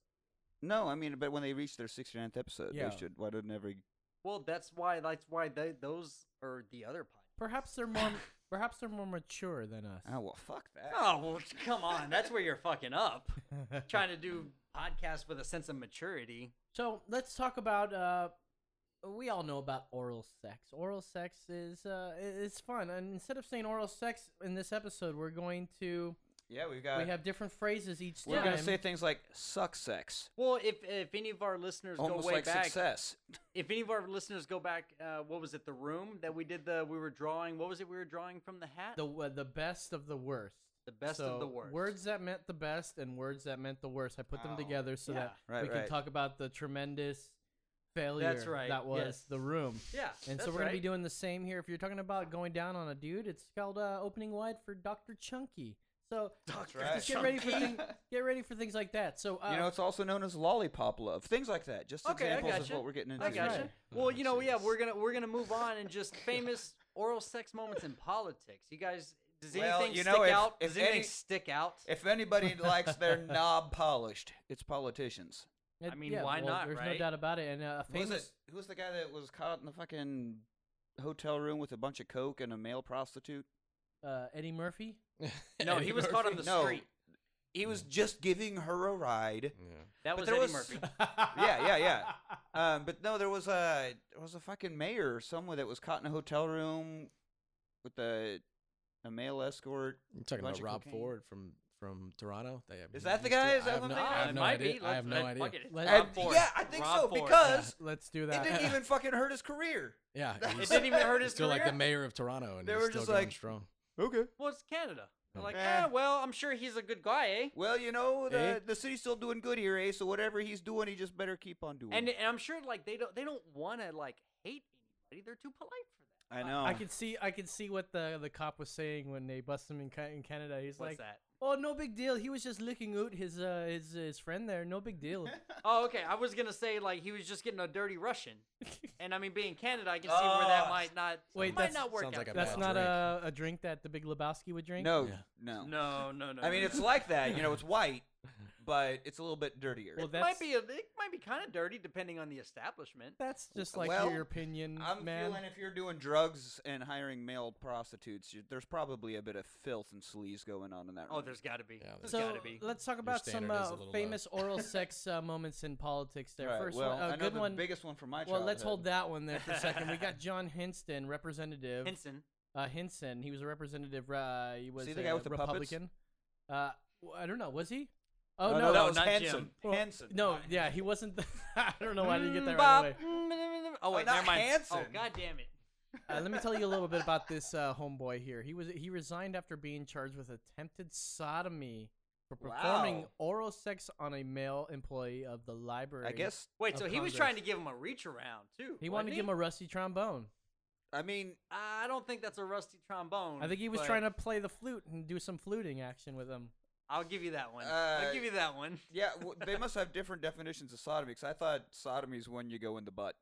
No, I mean, but when they reach their 69th episode, Yeah. they should. Why didn't every? Well, that's why that's why they, those are the other podcast. Perhaps they're more perhaps they're more mature than us. Oh well, fuck that. Oh well, come on, that's where you're fucking up. Trying to do podcasts with a sense of maturity. So let's talk about. Uh, we all know about oral sex. Oral sex is uh, i- it's fun, and instead of saying oral sex in this episode, we're going to Yeah, we've got. we have different phrases each We're time. gonna say things like "suck sex," Well, if if any of our listeners almost go way like back, success. if any of our listeners go back, uh, what was it? The room that we did the we were drawing. What was it? We were drawing from the hat. the uh, the best of the worst. The best of So, the worst. Words that meant the best and words that meant the worst. I put them Wow. together so that Yeah. Right, we right. can talk about the tremendous failure right, that was yes. the room. Yeah, And that's so we're gonna be right. doing the same here. If you're talking about going down on a dude, it's called uh, opening wide for Doctor Chunky. So That's just get ready for things. Get ready for things like that. So uh, you know, it's also known as lollipop love. Things like that. Just Okay, I examples gotcha. of what we're getting into. I gotcha. today. Well, you know, yeah, we're gonna we're gonna move on and just famous oral sex moments in politics. You guys, does anything Well, you know, stick if- out? if does anything any- stick out? If anybody likes their knob polished, it's politicians. it- I mean, yeah, why well, not, There's no right? doubt about it. And uh, a Who Was famous. it? Who was the guy that was caught in the fucking hotel room with a bunch of coke and a male prostitute? Uh, Eddie Murphy. No, he was caught on the No. street. He was just giving her a ride. That But was there Eddie was- Murphy. yeah, yeah, yeah. Um, but no, there was a there was a fucking mayor or someone that was caught in a hotel room with a a male escort. You're talking bunch about of Rob cocaine. Ford from from Toronto. They have Is that the he's still- guy? Is I that have one no- thing? I Ah, It have no might be. idea. I have no Let's- uh, idea. fuck it. Let- And- Rob Ford. Yeah, I think Rob so Ford. because Let's do it that. didn't even fucking hurt his career. Yeah, It he's It didn't even hurt his still career. like the mayor of Toronto, and They he's were still just going like- strong. Okay. well, it's Canada. They're like, Eh. ah, well, I'm sure he's a good guy, eh? Well, you know the Eh? the city's still doing good here, eh? So whatever he's doing, he just better keep on doing. And, it. and I'm sure like they don't they don't want to like hate anybody. They're too polite for that. I know. I could see. I could see what the the cop was saying when they bust him in, Ca- in Canada. He's What's like, that? "Oh, no big deal. He was just looking out his uh, his his friend there. No big deal." Oh, okay. I was gonna say like he was just getting a dirty Russian, and I mean, being Canada, I can see where that Oh. might not Wait, might that's- not work sounds out. like a that That's well. bad not drink. a, a drink that the Big Lebowski would drink. no, Yeah. no, No, no, no. I mean, no. it's like that. You know, it's white, but it's a little bit dirtier. Well, It that's might be a, it might be kind of dirty depending on the establishment. that's just like Well, your opinion, I'm Mm, man. feeling if you're doing drugs and hiring male prostitutes, you, there's probably a bit of filth and sleaze going on in that. Oh, room. there's got to be. Yeah, there's so got to be. let's talk about some standard is a uh, little low. famous oral sex uh, moments in politics. There, Right, first well, one, a I know good the one. biggest one from my well, let's hold childhood. that one there for a second. We got John Hinston, representative. Henson. Uh, Hinson. He was a representative. Uh, he was he the a guy with the puppets? Republican. Uh, w- I don't know. Was he? Oh no, no, that no, was not Hanson. Jim. well, Hanson. No, yeah, he wasn't. The, I don't know why I didn't get that right Bop. away. Oh wait, not never mind. Oh Hanson. god damn it. Uh, let me tell you a little bit about this uh, homeboy here. He was he resigned after being charged with attempted sodomy for performing Wow. oral sex on a male employee of the library. I guess. Wait, Of so he was Congress. trying to give him a reach around too. he wanted to give him a rusty trombone. I mean, I don't think that's a rusty trombone. I think he was but trying to play the flute and do some fluting action with him. I'll give you that one. Uh, I'll give you that one. yeah, w they must have different definitions of sodomy because I thought sodomy is when you go in the butt.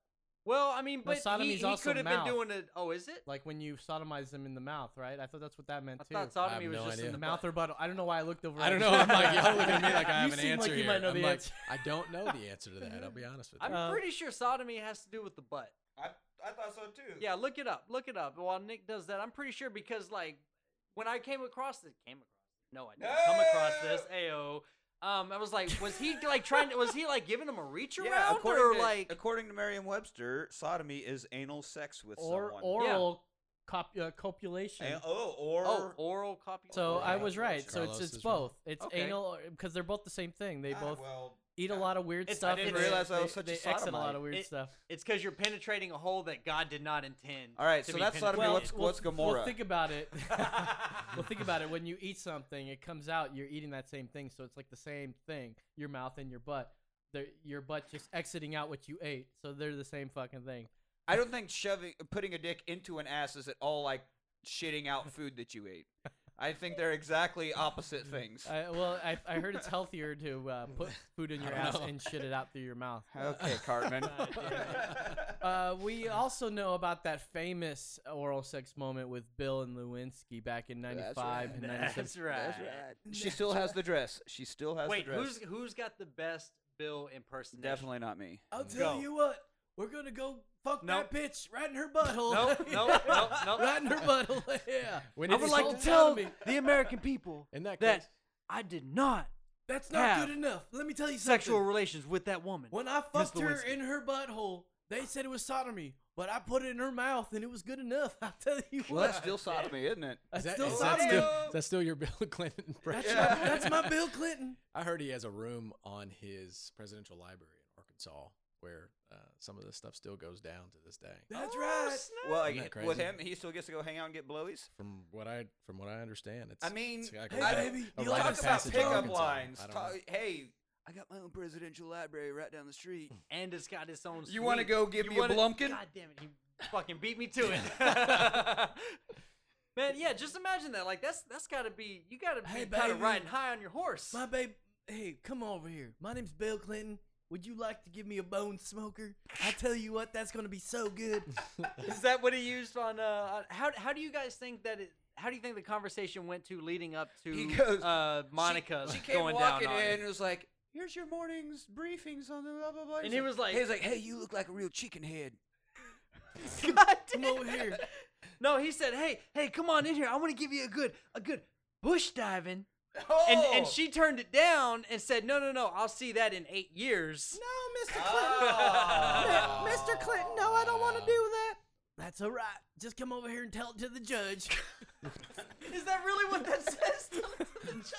Well, I mean, but he, sodomy's he also could have been mouth. doing it. Oh, is it? Like when you sodomize them in the mouth, right? I thought that's what that meant I too. thought sodomy have was no just in idea. the mouth butt. or butt. I don't know why I looked over. I at don't you. know. I'm like, y'all looking at me like I You have an seem answer like you here. might know I'm the like, answer. I don't know the answer to that. I'll be honest with you. I'm Uh, pretty sure sodomy has to do with the butt. I I thought so too. Yeah, look it up. Look it up. While Nick does that, I'm pretty sure because like when I came across this, came across. No, I didn't come across this. Ayo. Um, I was like, was he like trying to? Was he like giving him a reach around Yeah, according or to, like? according to Merriam-Webster, sodomy is anal sex with or someone. oral Cop, uh, copulation. And- oh, or- Oh, oral copulation. So I Oral was right. So copulation. it's it's Carlos is right. both. It's Okay. anal because they're both the same thing. They Ah, both well, eat a lot of weird It's- I stuff. didn't and they- realize I they- was such they a exit a lot sodomite. of weird It- stuff. It's because you're penetrating a hole that God did not intend. All right, to so be that's sodomy. penetrated. What's- what's Well, Gomorrah? think about it. well, think about it. When you eat something, it comes out. You're eating that same thing, so it's like the same thing. Your mouth and your butt. They're, your butt just exiting out what you ate. So they're the same fucking thing. I don't think shoving, putting a dick into an ass is at all like shitting out food that you ate. I think they're exactly opposite things. I, well, I, I heard it's healthier to uh, put food in I your don't ass know. and shit it out through your mouth. Okay, Cartman. uh, we also know about that famous oral sex moment with Bill and Lewinsky back in '95 right. and That's '96. right. That's right. She still has the dress. She still has Wait, the dress. who's who's got the best Bill impersonation? Definitely not me. I'll tell Go. you what, we're gonna go fuck Nope. that bitch right in her butthole. Nope, nope, nope, nope. Right in her butthole. Yeah. We need I would to like solve to tell sodomy. the American people Isn't that that crazy? I did not. That's not have good enough. Let me tell you Sexual relations with that woman. When I Miss fucked her Lewinsky. in her butthole, they said it was sodomy, but I put it in her mouth and it was good enough. I tell you what. Well, that's still sodomy, isn't it? That's Is that, still is that sodomy. still- is that still your Bill Clinton That's, impression? my, that's my Bill Clinton. I heard he has a room on his presidential library in Arkansas where uh, some of this stuff still goes down to this day. Oh, That's right. Well, Isn't like, that crazy? with him, he still gets to go hang out and get blowies. From what I from what I understand, it's I mean, it's like a- hey, baby, a you rite talk of about passage in pickup Arkansas. lines. I don't Talk, know. hey, I got my own presidential library right down the street. and it's got its own. You wanna suite. go give You me a wanna- Blumpkin? God damn it! He fucking beat me to it. Man, yeah, just imagine that. Like that's that's got to be you got to be Hey, kind baby. of riding high on your horse. My babe, hey, come over here. My name's Bill Clinton. Would you like to give me a bone smoker? I tell you what, that's gonna be so good. Is that what he used on? Uh, on- how how do you guys think that it? How do you think the conversation went to leading up to He goes, uh, Monica She came going walking down on in him? and was like, "Here's your morning's briefings on the blah blah blah." And He's he was like- "He's like, hey, you look like a real chicken head." Come over here. No, he said, "Hey, hey, come on in here. I want to give you a good, a good bush diving." And and Oh! she turned it down and said, "No, no, no. I'll see that in eight years." No, Mr. Clinton. Mi- Mr. Clinton, no, I don't want to do that. That's all right. Just come over here and tell it to the judge. Is that really what that says?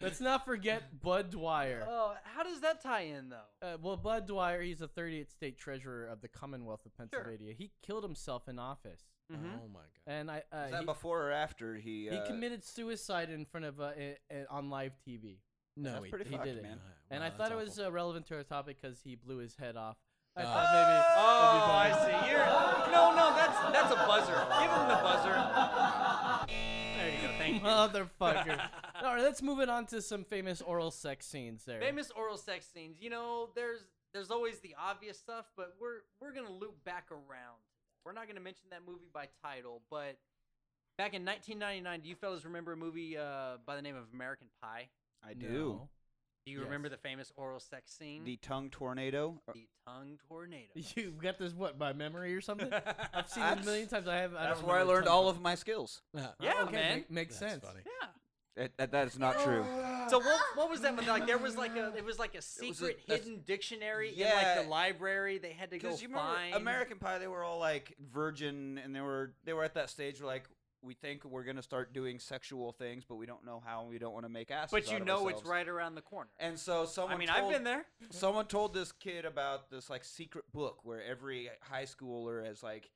Let's not forget Bud Dwyer. oh, how does that tie in though? Uh, well, Bud Dwyer, he's the 38th state treasurer of the Commonwealth of Pennsylvania. He killed himself in office. Mhm. Oh my God. And I uh, Is that he, before or after he? he Uh, committed suicide in front of uh, i- i- on live TV. No, That's he- pretty he fucked, didn't. man. and I Wow, thought it that's was uh, relevant to our topic because he blew his head off. I Uh, Oh. thought maybe. Oh, I see. You're no, no. That's that's a buzzer. Give him the buzzer. There you go. Thank you. Motherfucker. All right, let's move it on to some famous oral sex scenes there. Famous oral sex scenes. You know, there's there's always the obvious stuff, but we're we're gonna loop back around. We're not gonna mention that movie by title, but back in 1999, do you fellas remember a movie uh, by the name of American Pie? I do. Do you Yes. remember the famous oral sex scene? The tongue tornado. Or- The tongue tornado. You've got this what by memory or something? I've seen it a That's- million times. I have. I That's don't where I remember a learned ton Oh, all of my skills. Yeah, okay, man. make- makes That's sense. funny. Yeah. That, that- that is not true. So what, what was that? one? Like there was like a it was like a a- secret that's- hidden dictionary in Yeah. like the library they had to go Because you remember find. American Pie, they were all like virgin, and they were they were at that stage where like we think we're gonna start doing sexual things, but we don't know how, and we don't want to make asses. but you out of know it's ourselves. right around the corner. And so someone. mean, I've told, been there. Someone told this kid about this like secret book where every high schooler has like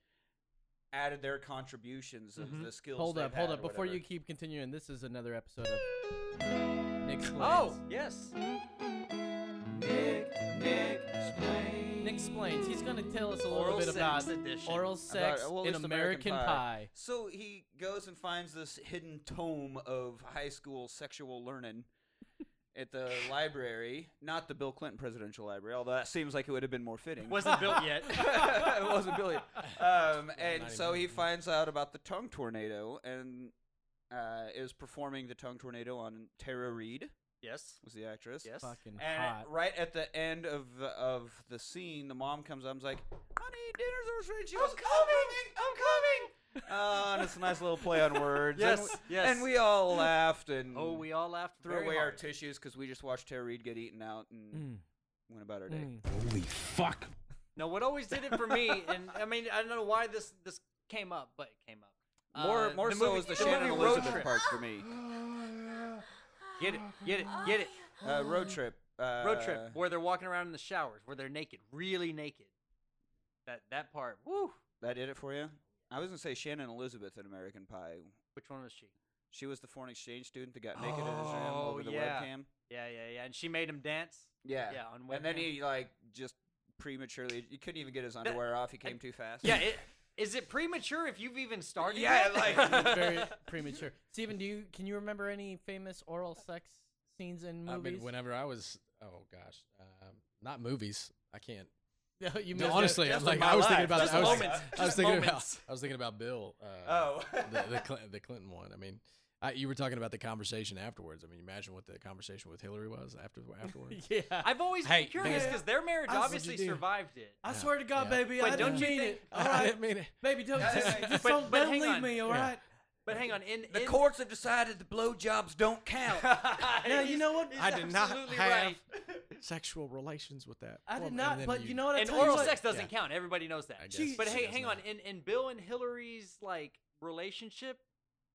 added their contributions of the skills. Mm-hmm. Hold they've up, hold had up. or Before you whatever. keep continuing, this is another episode of Nick Explains. Oh yes. Nick Explains. He's going to tell us a little Oral bit sex about edition. oral sex About- uh, well, at in least American, Pie. So he goes and finds this hidden tome of high school sexual learning at the library, not the Bill Clinton Presidential Library, although that seems like it would have been more fitting. Wasn't built yet. it wasn't Billy. Um, and not so even he finds out about the tongue tornado and uh, is performing the tongue tornado on Tara Reid yes. was the actress. Yes. Fucking And hot. right at the end of the, of the scene, the mom comes up and's like, "Honey, dinner's almost ready." She goes, "I'm coming, I'm coming." Uh, and it's a nice little play on words. and Yes, we, yes. And we all laughed and Oh, we all laughed. threw very away our hard. tissues because we just watched Tara Reid get eaten out and Mm. went about our day. Holy fuck. No, what always did it for me, and I mean, I don't know why this this came up, but it came up. More, Uh, more the so movie- is the, the Shannon movie Road Elizabeth Trip. part for me. Get it, get it, get it. Uh, road trip. Uh, Road trip where they're walking around in the showers, where they're naked, really naked. That that part. Woo. That did it for you. I was gonna say Shannon Elizabeth in American Pie. Which one was she? She was the foreign exchange student that got naked at his room over the yeah. webcam. Yeah, yeah, yeah. And she made him dance. Yeah. Yeah, on and then webcam. he like just prematurely. You couldn't even get his underwear off. He came too fast. Yeah, it, is it premature if you've even started? Yeah, yet? like- very premature. Steven, do you can you remember any famous oral sex scenes in I movies? mean, whenever I was, oh gosh, um, not movies. I can't. No, you No, missed honestly, it. Just like my I was life. thinking about, Just I was, moments. I was Just thinking moments. about, I was thinking about Bill. Uh, Oh. the the, Clinton, the Clinton one. I mean, I, you were talking about the conversation afterwards. I mean, imagine what the conversation with Hillary was after afterwards. yeah, I've always Hey, been curious man. because their marriage I said obviously you do. survived it. I swear to God, baby, But I don't didn't you mean think- it. All right, didn't mean it. baby. Don't Yeah, just, yeah, yeah. just But- don't, but don't hang leave on. me. All Yeah. right. But hang on, in The in- courts have decided the blowjobs don't count. Now you know what? I did not absolutely have sexual relations with that. I did woman. not, And then but you know what? I and tell you oral what- sex doesn't Yeah. count. Everybody knows that. guess But it hey, does hang not. on. In in Bill and Hillary's like relationship,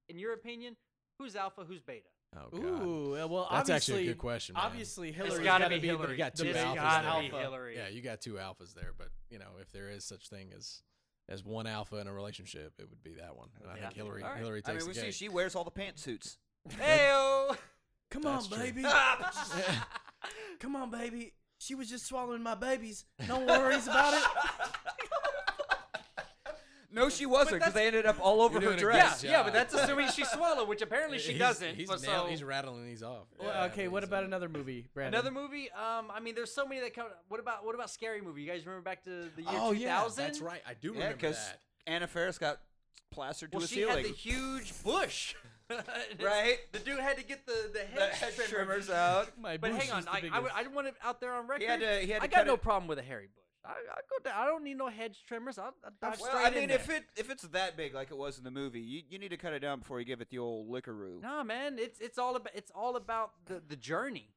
in your opinion, who's alpha? Who's beta? Oh, Ooh, God. uh, well, That's obviously, actually a good question. man. Obviously, Hillary. It's gotta be Hillary. You got It's two alphas. gotta be there. Hillary. Yeah, you got two alphas there, but you know, if there is such thing as as one alpha in a relationship, it would be that one. And I Yeah. think Hillary All right. Hillary I takes mean, we the see cake. she wears all the pantsuits. Heyo. Come on, That's true. baby. Come on, baby. She was just swallowing my babies. No worries about it. No, she wasn't because they ended up all over You're her doing a dress. good Yeah, but job. that's assuming she swallowed, which apparently she He's- doesn't. He's, but nail- so- he's rattling these off. Well, Yeah, okay, I what mean, about so- another movie, Brandon? Another movie. Um, I mean, there's so many that come. What about what about scary movie? You guys remember back to the year Oh 2000? yeah, that's right. I do Yeah, remember because that. Anna Faris got plastered Well, to a she ceiling. had the huge bush. Right? The dude had to get the the The head, head trimmer. trimmers out. My But bush hang on, is the I, I, biggest. would- I want it out there on record. had to- he had I to got cut no it- problem with a hairy bush. I, I go down. I don't need no hedge trimmers. I'll, I'll dive Well, straight I mean, in if there. it if it's that big like it was in the movie, you, you need to cut it down before you give it the old lickaroo. Nah, man, it's it's all about it's all about the the journey.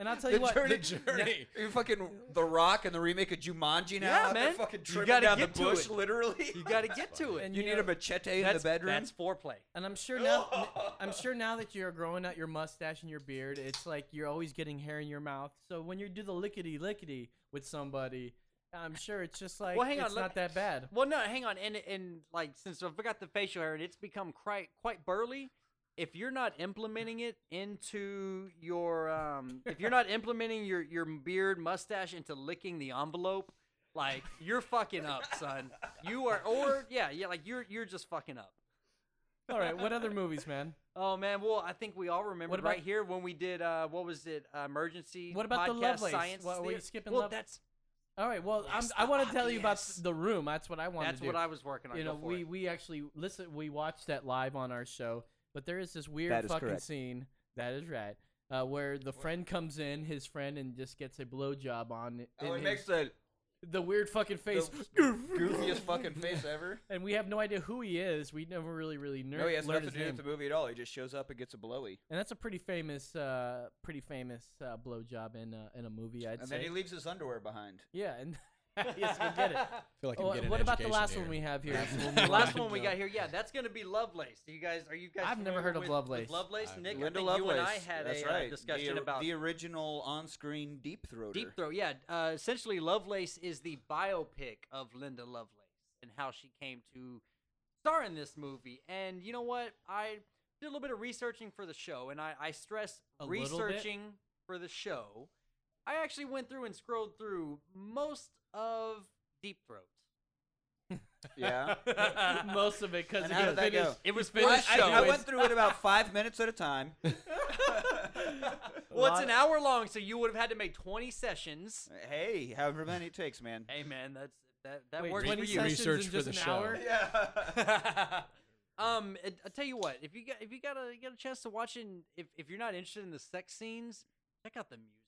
And I'll tell you The what. journey, Journey. you fucking The Rock and the remake of Jumanji now. Yeah, out there man. fucking You trimming gotta down the get to bush, it. literally. You got to get to it. And You you need know- a machete in the That's bedroom. That's foreplay. And I'm sure now, I'm sure now that you're growing out your mustache and your beard, it's like you're always getting hair in your mouth. So when you do the lickety lickety with somebody, I'm sure it's just like Well, hang on, it's let not me- that bad. Well, no, hang on. And and like since I've got the facial hair and it's become quite quite burly, if you're not implementing it into your um, if you're not implementing your your beard mustache into licking the envelope, like you're fucking up, son. You are, or yeah, yeah, like you're you're just fucking up. All right, what other movies, man? Oh man, well I think we all remember What about- right here when we did uh, what was it uh, emergency? What about the podcast Lovelace? Science What, were you Theater? skipping Well, Love- that's All right, well, I'm, Yes, I the want to tell you about obvious. the room. That's what I wanted that's to do. what I was working on. you know, Go for we it. we actually listen. We watched that live on our show, but there is this weird That is fucking correct. scene. That is right. Uh, where the friend comes in, his friend, and just gets a blowjob on. it. Oh, it makes the the weird fucking face. goofiest fucking face ever. and we have no idea who he is. We never really, really ner- No, he has learned nothing his to do name. with the movie at all. He just shows up and gets a blowy. and that's a pretty famous, uh, pretty famous uh, blowjob in uh, in a movie. I'd And say. then he leaves his underwear behind. yeah, and yes, we get it. I feel like I'm Oh, getting an what about the education last here. one we have here? The last one we got here, yeah, that's gonna be Lovelace. Do you guys? Are you guys? I've never familiar heard of with- with Lovelace. Lovelace, I've- Nick. Linda I think Lovelace. you and I had That's a uh, right. discussion the, er, about the original on-screen deep throater. Deep Throat. Yeah, uh, essentially, Lovelace is the biopic of Linda Lovelace and how she came to star in this movie. And you know what? I did a little bit of researching for the show, and I, I stress A little bit? researching for the show. I actually went through and scrolled through most of Deep Throat. Yeah. Most of it because And how did that go? It was I, finished I- show. I went through it about five minutes at a time. Well, it's lot- an hour long, so you would have had to make 20 sessions. hey, however many it takes, man. Hey, man, that's that that Wait, works 20 for you. sessions Research in for just the an show. hour? um, I I tell you what, if you got if you got a you got a chance to watch it, and if if you're not interested in the sex scenes, check out the music.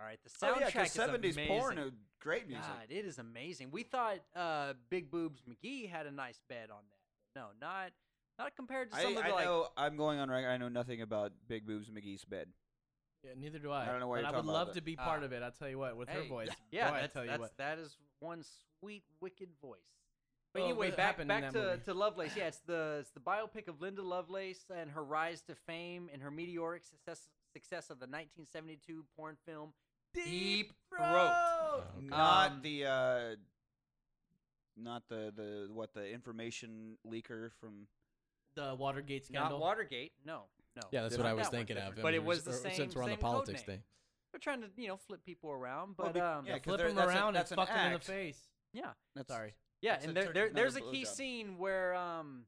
All right, the Oh, yeah, soundtrack 'cause is 70s amazing. porn is great music. God, it is amazing. We thought uh, Big Boobs McGee had a nice bed on that. No, not not compared to I, some of I the like. know I'm going on record. I know nothing about Big Boobs McGee's bed. Yeah, neither do I. I don't know why but you're I would talking about love that. to be part Ah. of it. I'll tell you what, with her Hey, voice. Yeah, boy, I that's, tell you that's, what. that is one sweet wicked voice. But Well, anyway, what back happened in back that to, movie? to Lovelace. Yeah, it's the it's the biopic of Linda Lovelace and her rise to fame and her meteoric success success of the 1972 porn film Deep, Throat. Oh, Oh, Not Um, the uh not the the what the information leaker from The Watergate Not scandal. Watergate. No, no. Yeah, that's Not what I was that one, thinking of. different. I But mean, it was the or- same. Since we're on the same code politics name. thing. They're trying to you know flip people around, Well, but be- um, yeah, 'cause Flip they're- them that's a- around and that's an fuck them in the act. face. yeah, That's Sorry. yeah. That's a And there, turkey, there not a there's a key blowjob. scene where um,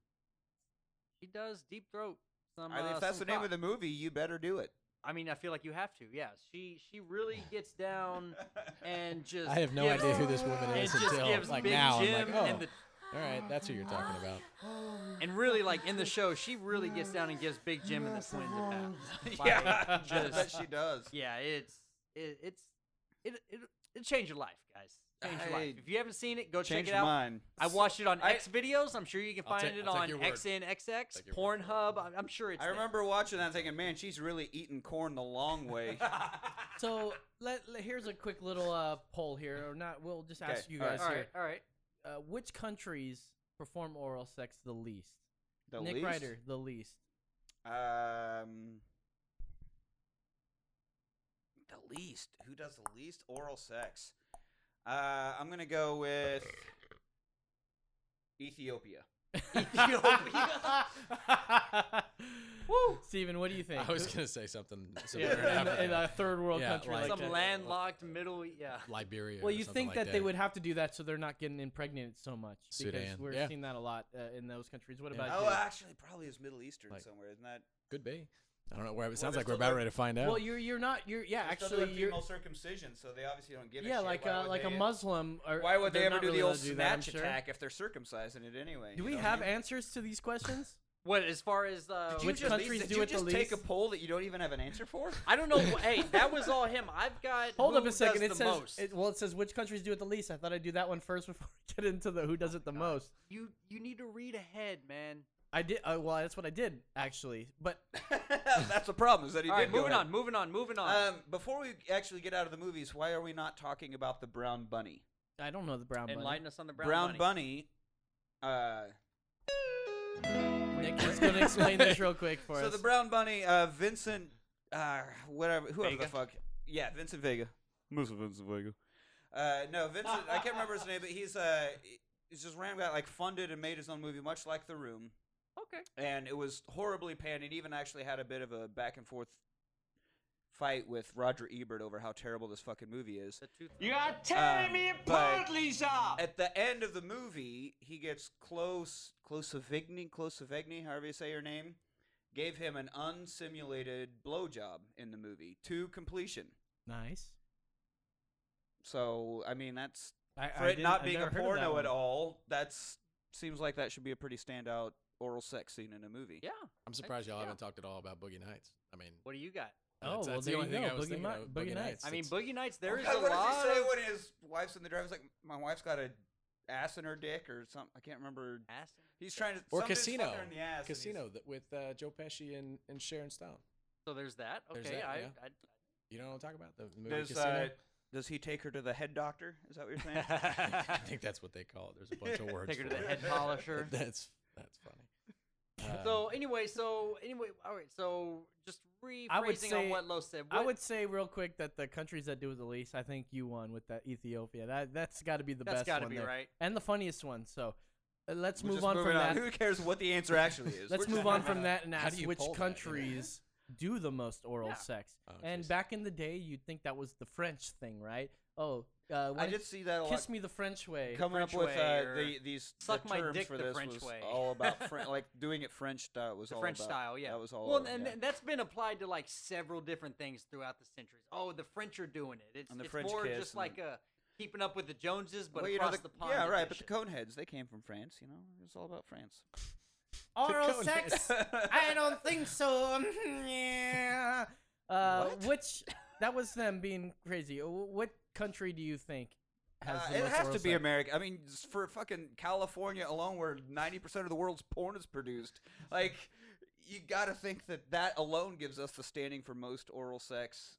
she does Deep Throat. Some, I mean, uh, if that's the some name cock. of the movie, you better do it. I mean, I feel like you have to. Yeah, she she really gets down and just. I have no gives- idea who this woman and is just until gives like Big now. Jim I'm like, oh, and the- all right, that's who you're talking about. And really, like in the show, she really gets down and gives Big Jim and the twins a pat. Like, I bet just she does. yeah, it's it, it's it it it change your life, guys. Change your life. I- If you haven't seen it, go check Change it out. mine. I watched it on I- X videos. I'm sure you can I'll find take- it I'll take on your word. XNXX, Take your word for it. Pornhub. I'm, I'm sure it's. I there. remember watching that, and thinking, "Man, she's really eating corn the long way." So let, let- here's a quick little uh, poll here, or not? We'll just ask Okay, you all right, guys All here. right, all right. Uh, which countries perform oral sex the least? The Nick least. Ryder, the least. Um, the least. Who does the least oral sex? Uh, I'm gonna go with Ethiopia. Oh, Woo! Steven, what do you think? I was gonna say something yeah, similar. in, after in that. a third world Yeah, country. like- Like, Some that. landlocked middle. Yeah. Liberia. well, or you something think like that, they would have to do that so they're not getting impregnated so much because Sudan. we're Yeah. seeing that a lot uh, in those countries. What Yeah. about Oh, you? actually, probably is Middle Eastern Like- somewhere, isn't that? could be. I don't know. Where it Well, sounds they're like we're still about doing- ready to find out. Well, you're you're not you're yeah They're still actually doing you're female circumcision, so they obviously don't give a yeah shit. like Why uh, would like a they- Muslim. Or, Why would they they're ever not do really the old allowed to do that, I'm snatch sure. attack if they're circumcised in it anyway? Do you we know what I have mean? answers to these questions? What as far as uh, Did you Which just- countries did do you it the just take a least? poll that you don't even have an answer for? I don't know. wh- hey, that was all him. I've got. Hold who up a second. It does the says most. it, well, it says which countries do it the least. I thought I'd do that one first before we get into the who Oh does it the most. you you need to read ahead, man. I did. Uh, well, that's what I did actually. But That's the problem. Is that he All right, did go moving ahead. on, moving on, moving on. Um, before we actually get out of the movies, why are we not talking about the Brown Bunny? I don't know the brown bunny. Enlighten us on the brown, Bunny. uh, Nick is going to explain this real quick for so us. the Brown Bunny, uh, Vincent, uh, whatever, whoever Vega? the fuck, yeah, Vincent Vega. Mr. Vincent Vega. Uh, no, Vincent. I can't remember his name, but he's uh, he's just random guy like funded and made his own movie, much like The Room. Okay. and it was horribly panned. It even actually had a bit of a back and forth fight with Roger Ebert over how terrible this fucking movie is. The tooth- Uh, tearing me apart, Lisa. At the end of the movie, he gets close, Closevigny, Closevigny, however you say your name, gave him an unsimulated blowjob in the movie to completion. nice. So I mean, that's I, for I it didn't- not I've being a never heard of that porno one. at all. That's seems like that should be a pretty standout oral sex scene in a movie. Yeah. I'm surprised y'all yeah. haven't talked at all about Boogie Nights. I mean, What do you got? Oh, that's, well, there that's the you only thing go, I was Boogie thinking Mi- of, Boogie Nights. I mean, It's- Boogie Nights. There is God, a what lot. does he say of- when his wife's in the driver's like, my wife's got a ass in her dick or something? I can't remember. Ass. He's trying to or some dude's fucking Casino, her in the ass and he's- Casino that with uh, Joe Pesci and, and Sharon Stone. So there's that. Okay, There's that, I, yeah. I, You know what I'm talking about? The movie Does, Casino. uh, does he take her to the head doctor? Is that what you're saying? I think that's what they call it. There's a bunch of words. take her to for the it. head polisher. That's that's funny. Uh, so Um, anyway, so anyway, all right. So just rephrasing I would on say- what Lo said. I What- would say real quick that the countries that do it the least, I think you won with that Ethiopia. That that's got to be the That's best gotta one be there. right. and the funniest one. So uh, let's We're move just on from moving that. Who cares what the answer actually is? Let's We're just move on moving from that and How do ask you which poll that, you know? countries do the most oral Yeah. sex. Oh, and jeez. back in the day, you'd think that was the French thing, right? Oh, uh, I what- did see that a lot. kiss me the French way. Coming up French with way uh, or the, these the suck my terms dick for the this French was way. all about French, like doing it French style was the all French about- style, yeah. That was all. Well, about- and yeah. th- that's been applied to like several different things throughout the centuries. Oh, the French are doing it. It's, And the it's French more kiss just and like the- a keeping up with the Joneses, but Well, you know, across the- the, pond. yeah, right. But the edition. Coneheads, they came from France. You know, it was all about France. Oral Conan. sex? I don't think so. yeah. Uh, What? Which that was them being crazy. Uh, wh- What country do you think has Uh, the it most has oral to be sex? America. I mean, s- for fucking California alone, where ninety percent of the world's porn is produced, like you got to think that that alone gives us the standing for most oral sex.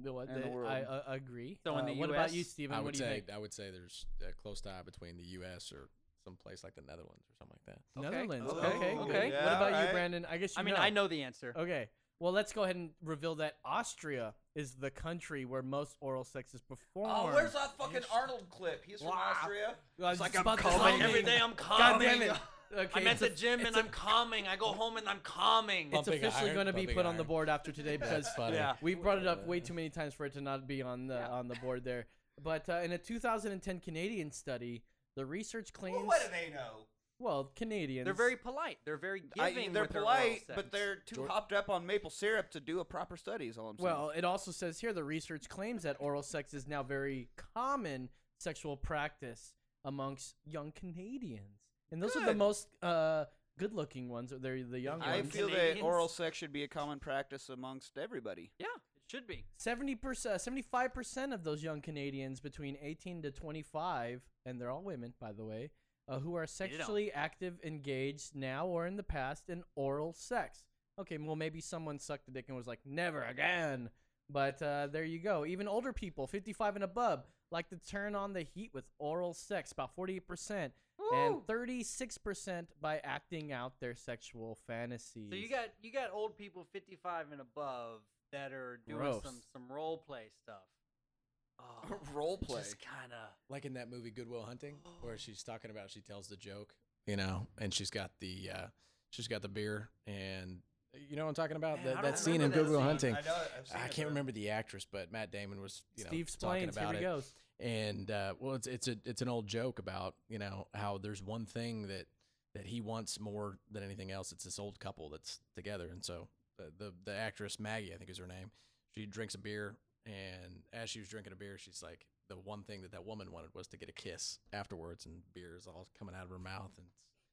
The what- in the the- world. I uh, agree. So in Uh, the what about US? you, Steven? I what would do you say think? I would say there's a close tie between the U.S. or some place like the Netherlands or something like that. Netherlands. okay, Okay. good. okay. what Yeah, about you, alright. Brandon? I guess you I mean, I know the answer. Okay. Well, let's go ahead and reveal that Austria is the country where most oral sex is performed. Oh, where's that fucking Arnold clip? He's from Wow. Austria. Well, I was It's like just I'm about to coming tell you. every day, I'm God damn coming. it. Okay, I'm at it's the a- gym and it's a- I'm calming. Oh. I go home and I'm calming. It's officially going to be put on the board after today because That's funny. Yeah. we brought it up way too many times for it to not be on the on the board there. But uh, in a 2010 Canadian study, the research claims. Well, what do they know? Well, Canadians. They're very polite. They're very I- giving. they're with their oral polite, sex. but they're too George- hopped up on maple syrup to do a proper study. Is all I'm saying. Well, it also says here the research claims that oral sex is now very common sexual practice amongst young Canadians, and those are the Good. most uh, good-looking ones. Or they're the young I ones. feel that oral sex should be a common practice amongst everybody. Yeah, it should be. Seventy percent, seventy-five percent of those young Canadians between eighteen to twenty-five, and they're all women, by the way, uh, who are it on. sexually active, engaged now or in the past in oral sex. Okay, well maybe someone sucked a dick and was like, "Never again." But uh, there you go. Even older people, fifty-five and above, like to turn on the heat with oral sex, about forty-eight percent, and thirty-six percent by acting out their sexual fantasies. So you got you got old people 55 and above that are doing Gross. some some role play stuff. Oh, role play. Just kind of. Like in that movie Goodwill Hunting, where she's talking about she tells the joke, you know, and she's got the uh, she's got the beer, and you know what I'm talking about Man, I that, don't that scene in remember that Goodwill scene. Hunting. I know it. I've seen it, can't but- remember the actress, but Matt Damon was you know Steve Splains, talking here about he it. goes. And uh, well, it's it's a it's an old joke about you know how there's one thing that that he wants more than anything else. It's this old couple that's together, and so the the, the actress Maggie, I think is her name, she drinks a beer, and as she was drinking a beer, she's like, the one thing that that woman wanted was to get a kiss afterwards, and beer is all coming out of her mouth, and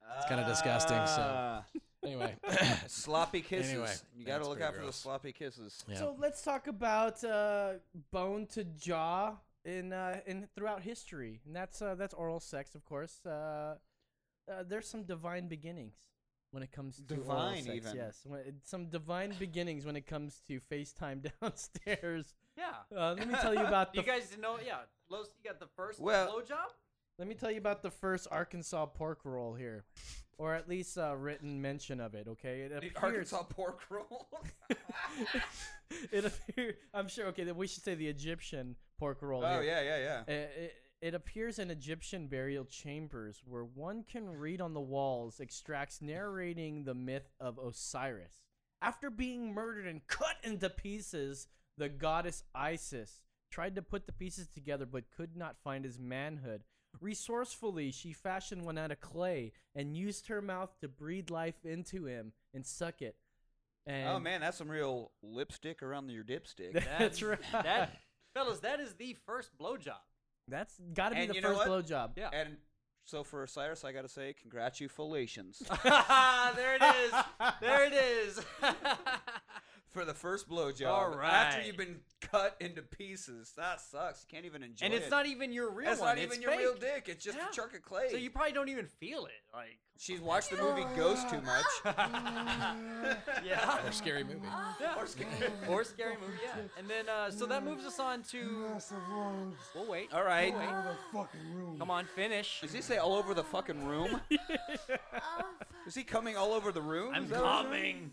it's, it's kind of disgusting. So Ah. anyway, sloppy kisses. Anyway, you got to that's look pretty out for the gross. sloppy kisses. Yeah. So let's talk about uh, bone to jaw in uh, in throughout history, and that's uh, that's oral sex, of course. Uh, uh, there's some divine beginnings when it comes to oral Divine, sex, even. Yes, when, uh, some divine beginnings when it comes to FaceTime downstairs. Yeah. Uh, let me tell you about the you guys didn't know. Yeah, Los, you got the first Well- blowjob. Let me tell you about the first Arkansas pork roll here, or at least uh, written mention of it. Okay, it appears. Arkansas pork roll. Oh, it appear, I'm sure. Okay, then we should say the Egyptian pork roll. Oh, here. yeah, yeah, yeah. Uh, It, it appears in Egyptian burial chambers where one can read on the walls extracts narrating the myth of Osiris. After being murdered and cut into pieces, the goddess Isis tried to put the pieces together but could not find his manhood. Resourcefully, she fashioned one out of clay and used her mouth to breathe life into him and suck it. And oh man, that's some real lipstick around your dipstick. That's right. That, fellas, that is the first blowjob. That's got to be And the you know first what? blowjob. Yeah. And so for Osiris, I got to say, congratulations Ah, there it is. There it is. for the first blowjob. All After right. you've been cut into pieces, that sucks. You can't even enjoy and it. it's not even your real That's one. not even it's your real fake. dick. It's just Yeah. a chunk of clay. So you probably don't even feel it. Like, She's watched the movie Ghost too much. yeah. or scary movie. Or scary. or scary movie. Yeah. And then, uh, so that moves us on to. We'll wait. All right. We'll wait. Come on, finish. Does he say all over the fucking room? Is he coming all over the room? I'm Is that what he's doing? coming.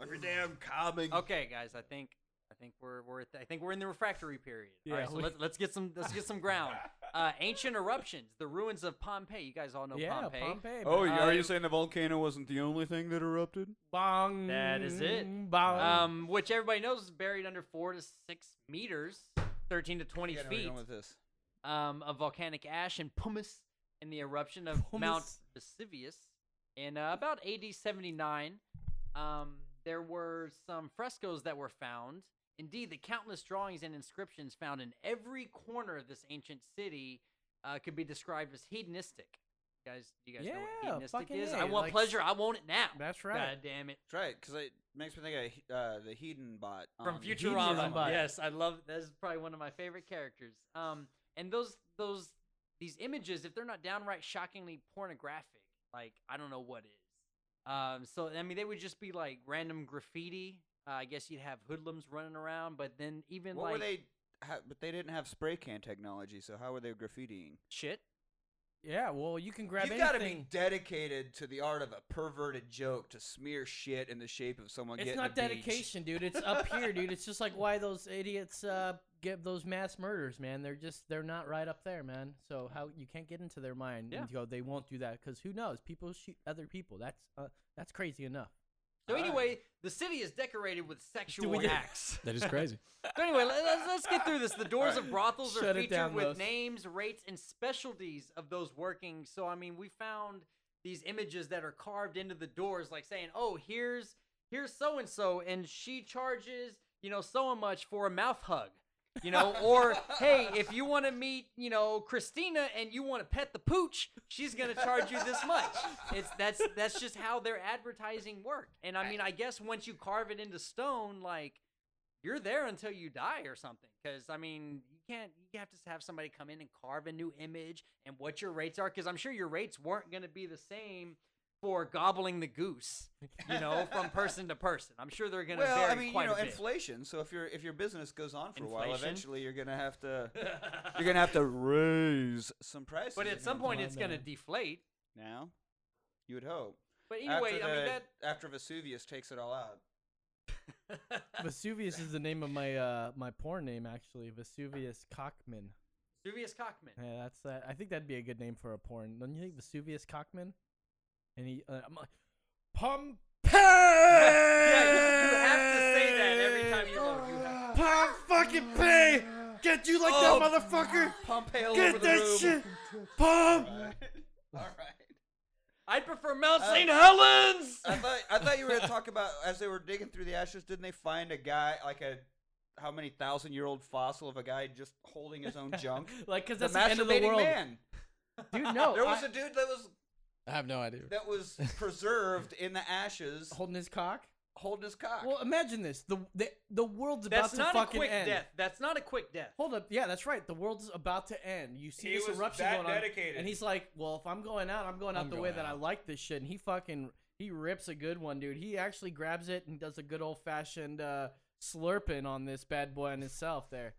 Every day I'm coming. Okay, guys. I think. I think we're we're at the- I think we're in the refractory period. Yeah, All right, so we- let's let's get some let's get some ground. Uh, ancient eruptions, the ruins of Pompeii. You guys all know Yeah, Pompeii. Pompeii. Oh, yeah. are you saying the volcano wasn't the only thing that erupted? Bong. That is it. Bong. Um, which everybody knows is buried under four to six meters, thirteen to twenty Yeah, no, we're feet. going with this. um, of volcanic ash and pumice in the eruption of Mount Pumice. Vesuvius in uh, about AD 79. Um, there were some frescoes that were found. Indeed, the countless drawings and inscriptions found in every corner of this ancient city uh, could be described as hedonistic. You guys, you guys know what Yeah, hedonistic fucking is? A, I want like- pleasure. I want it now. That's right. God damn it. That's right, because it makes me think of uh, the Hedon bot um, from on- Futurama. Futurama. Um, Yes, I love that's probably one of my favorite characters. Um, and those those these images, if they're not downright shockingly pornographic, like I don't know what is. Um, so I mean, they would just be like random graffiti. Uh, I guess you'd have hoodlums running around, but then even What like were they? ha- but they didn't have spray can technology, so how were they graffitiing? shit. Yeah, well, you can grab You've got to anything. be dedicated to the art of a perverted joke to smear shit in the shape of someone it's getting not a beach. dedication, dude. It's up here, dude. It's just like why those idiots uh, get those mass murders, man. They're just they're not right up there, man. So how you can't get into their mind Yeah. and go they won't do that because who knows? People shoot other people. That's uh, that's crazy enough. So anyway, the city is decorated with sexual do- acts. That is crazy. So anyway, let- let's, let's get through this. The doors of brothels Shut are it featured down, with Los. names, rates, and specialties of those working. So I mean, we found these images that are carved into the doors, like saying, "Oh, here's here's so and so, and she charges you know so and much for a mouth hug." You know, or hey, if you want to meet, you know, Christina and you want to pet the pooch, she's gonna charge you this much. It's that's that's just how their advertising worked. And I mean, I guess once you carve it into stone, like you're there until you die or something. Because I mean, you can't. You have to have somebody come in and carve a new image and what your rates are. Because I'm sure your rates weren't going to be the same for gobbling the goose. You know, from person to person. I'm sure they're going to Well, vary I mean, quite you know, a bit. inflation. So if your if your business goes on for a while, Inflation? eventually you're gonna have to you're gonna have to raise some prices. but you at know? some point, Come it's on going to now. deflate. now. You would hope. But anyway, after I mean, the- that- after Vesuvius takes it all out. Vesuvius is the name of my uh, my porn name actually. Vesuvius Cockman. Juvius Cockman. Yeah, that's that. I think that'd be a good name for a porn. Don't you think Vesuvius Cockman? And he, uh, I'm like, Pompeii. You have to say that every time you go. You have Pop fucking pay! Get you like Oh, that, motherfucker! Pompey all Get over the that room. shit! Pump! All right. I'd prefer Mount Uh, St. Helens. I thought I thought you were gonna talk about as they were digging through the ashes. Didn't they find a guy like a how many thousand year old fossil of a guy just holding his own junk? Like, 'cause the that's the end of the masturbating world. Man. Dude, no. There was I- a dude that was I have no idea. that was preserved in the ashes, holding his cock. holding his cock. Well, imagine this. The the, the world's That's about not to a fucking quick end. death. That's not a quick death. Hold up. Yeah, that's right. The world's about to end. You see He this was eruption that going on. dedicated. And he's like, "Well, if I'm going out, I'm going out I'm the way going that I out. like this shit." And he fucking he rips a good one, dude. He actually grabs it and does a good old fashioned uh, slurping on this bad boy and himself there.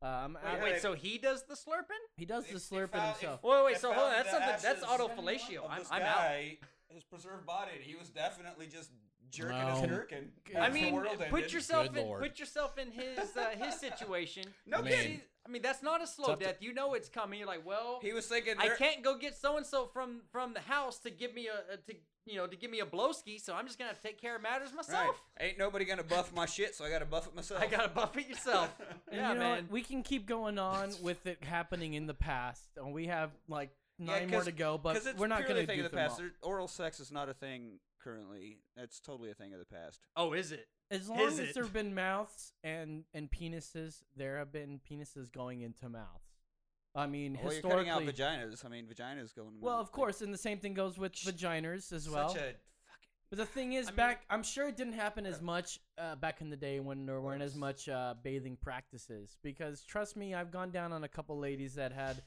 Um, Wait, I- wait, so he does the slurping? he does the slurping found- himself. Wait, wait, They so found hold on. That's the something. That's ashes autofellatio. of I'm, this I'm out. guy, His preserved body. and He was definitely just jerking Well, his jerkin. I as the mean, world ended. put yourself Good in lord. put yourself in his uh, his situation. No I mean- kidding. I mean, that's not a slow Tough to- death. You know it's coming. You're like, well, He was thinking. I there- can't go get so and so from from the house to give me a, a to you know to give me a blowski. So I'm just gonna have to take care of matters Right. myself. Ain't nobody gonna buff my shit, so I gotta buff it myself. I gotta buff it yourself. And yeah, you know man. what? We can keep going on with it happening in the past, and we have like Yeah, nine more 'cause- to go. But 'cause it's we're not purely going a to thing do of the them all. past. There- Oral sex is not a thing currently. That's totally a thing of the past. oh, is it? As long Is as it? there have been mouths and and penises, there have been penises going into mouths. I mean, Well, you're historically, cutting out vaginas. I mean, vaginas going. in the well, mouth. of course, and the same thing goes with vaginas as Such well. a but the thing is, I mean- back I'm sure it didn't happen as much uh, back in the day when there weren't as much uh, bathing practices. Because trust me, I've gone down on a couple ladies that had.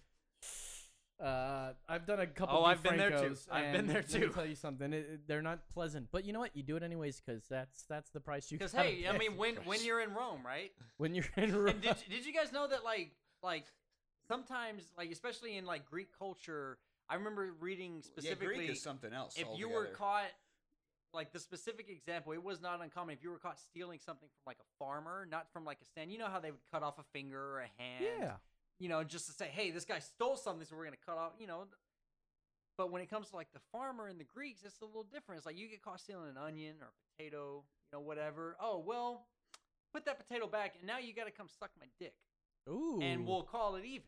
Uh, I've done a couple. Oh, I've been there too. DeFrancos, I've been and there Let me too. tell you something. It, it- they're not pleasant, but you know what? You do it anyways because that's that's the price you. Because gotta hey, I pay. mean, when when you're in Rome, right? when you're in Rome. And did did you guys know that like like sometimes like especially in like Greek culture, I remember reading yeah, specifically Greek is something else. if you were altogether. caught like the specific example, it was not uncommon if you were caught stealing something from like a farmer, not from like a stand. You know how they would cut off a finger or a hand, yeah. you know, just to say, "Hey, this guy stole something, so we're going to cut off," you know. But when it comes to like the farmer and the Greeks, it's a little different. It's like you get caught stealing an onion or a potato, you know, whatever. Oh well, put that potato back, and now you got to come suck my dick, Ooh. and we'll call it even.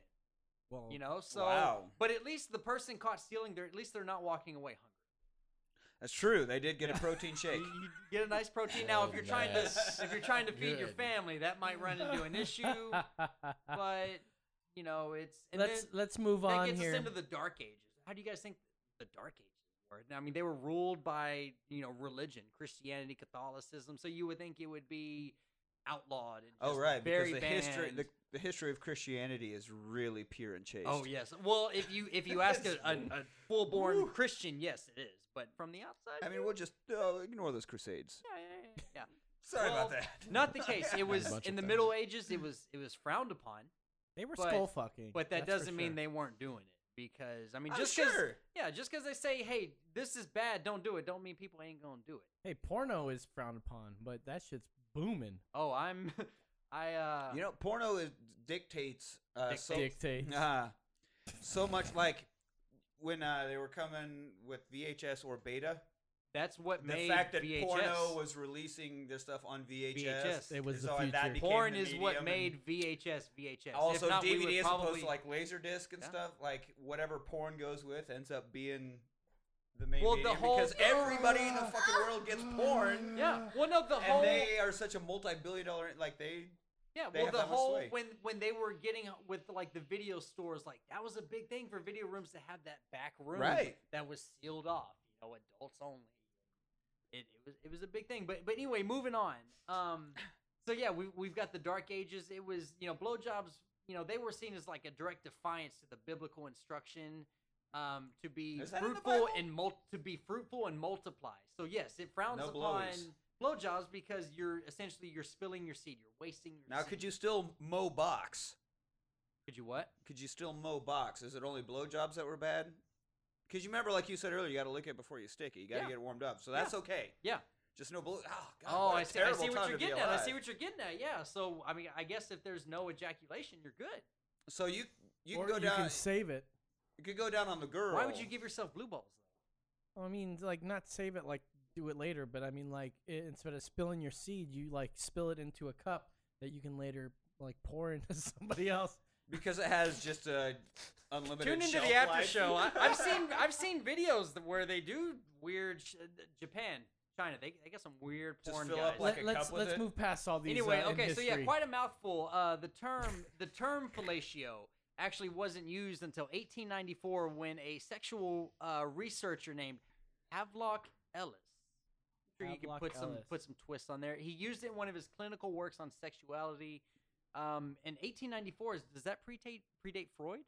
Well, You know, so Wow. but at least the person caught stealing, they're at least they're not walking away hungry. That's true. They did get a protein shake. You, you get a nice protein. Now, if Oh, you're trying to that's if you're trying to feed your good. family, that might run into an issue. But you know, it's and let's then let's move that on gets here. us into the Dark Ages. How do you guys think the Dark Ages were? I mean, they were ruled by you know religion, Christianity, Catholicism. So you would think it would be outlawed. And Oh just right, because very the history banned. the, the history of Christianity is really pure and chaste. Oh yes. Well, if you if you ask a, a, a full born Christian, yes, it is. But from the outside, eh, I mean, we'll just uh, ignore those crusades. yeah, yeah, yeah, yeah. Sorry Well, about that. Not the case. It was bunch in of the things. Middle Ages. It was it was frowned upon, they were but- skull fucking. but that's that for doesn't mean sure. they weren't doing it. because I mean, I'm just 'cause- Oh, sure. yeah, just because they say, "Hey, this is bad, don't do it," don't mean people ain't gonna do it. Hey, porno is frowned upon, but that shit's booming. Oh, I'm, I uh, You know, porno is, dictates uh, so, Dictates. Uh, so much. Like when uh, they were coming with VHS or Beta, that's what the made fact that VHS. porno was releasing this stuff on VHS. VHS. It was and the so that future. became Porn the is what medium and made VHS VHS. Also, if not, we would DVD as opposed probably, to like Laserdisc and Yeah. stuff. Like whatever porn goes with ends up being the main Well, the medium whole- because everybody in the fucking world gets porn. yeah. Well, no, the whole And they are such a multi-billion dollar like they Yeah, They well, have the that much whole sway. when when they were getting with like the video stores, like that was a big thing for video rooms to have that back room Right. that was sealed off, you know, adults only. It, it was it was a big thing, but but anyway, moving on. Um, so yeah, we we've got the Dark Ages. It was you know blowjobs. You know they were seen as like a direct defiance to the biblical instruction um, to be Is that in the fruitful Bible? and mul- to be fruitful and multiply. So yes, it frowns No upon blowies. blowjobs because you're essentially you're spilling your seed, you're wasting your. Now, seed. could you still mow box? Could you what? Could you still mow box? Is it only blowjobs that were bad? Because you remember, like you said earlier, you got to lick it before you stick it. You got to Yeah. get it warmed up. So that's okay. Yeah. Just no blow. Oh, God, Oh, what a I see. I terrible see time what to you're be getting at. I alive. see what you're getting at. Yeah. So I mean, I guess if there's no ejaculation, you're good. So you you or can go you down. can save it. you could go down on the girl. Why would you give yourself blue balls? I mean, like not save it, like do it later. But I mean, like i instead of spilling your seed, you like spill it into a cup that you can later like pour into somebody else. Because it has just a unlimited. Tune into shelf the after life. show. I, I've seen I've seen videos that- where they do weird sh- uh, Japan, China. They they got some weird Just porn fill guys. up like a Let, us cup with let's it? move past all these. anyway, uh, in okay, so yeah, history. quite a mouthful. Uh, the term the term fellatio actually wasn't used until 1894 when a sexual uh, researcher named Havelock Ellis. I'm sure you can Havelock put some Ellis. put some twists on there. He used it in one of his clinical works on sexuality. Um, in 1894, is- does that predate predate Freud?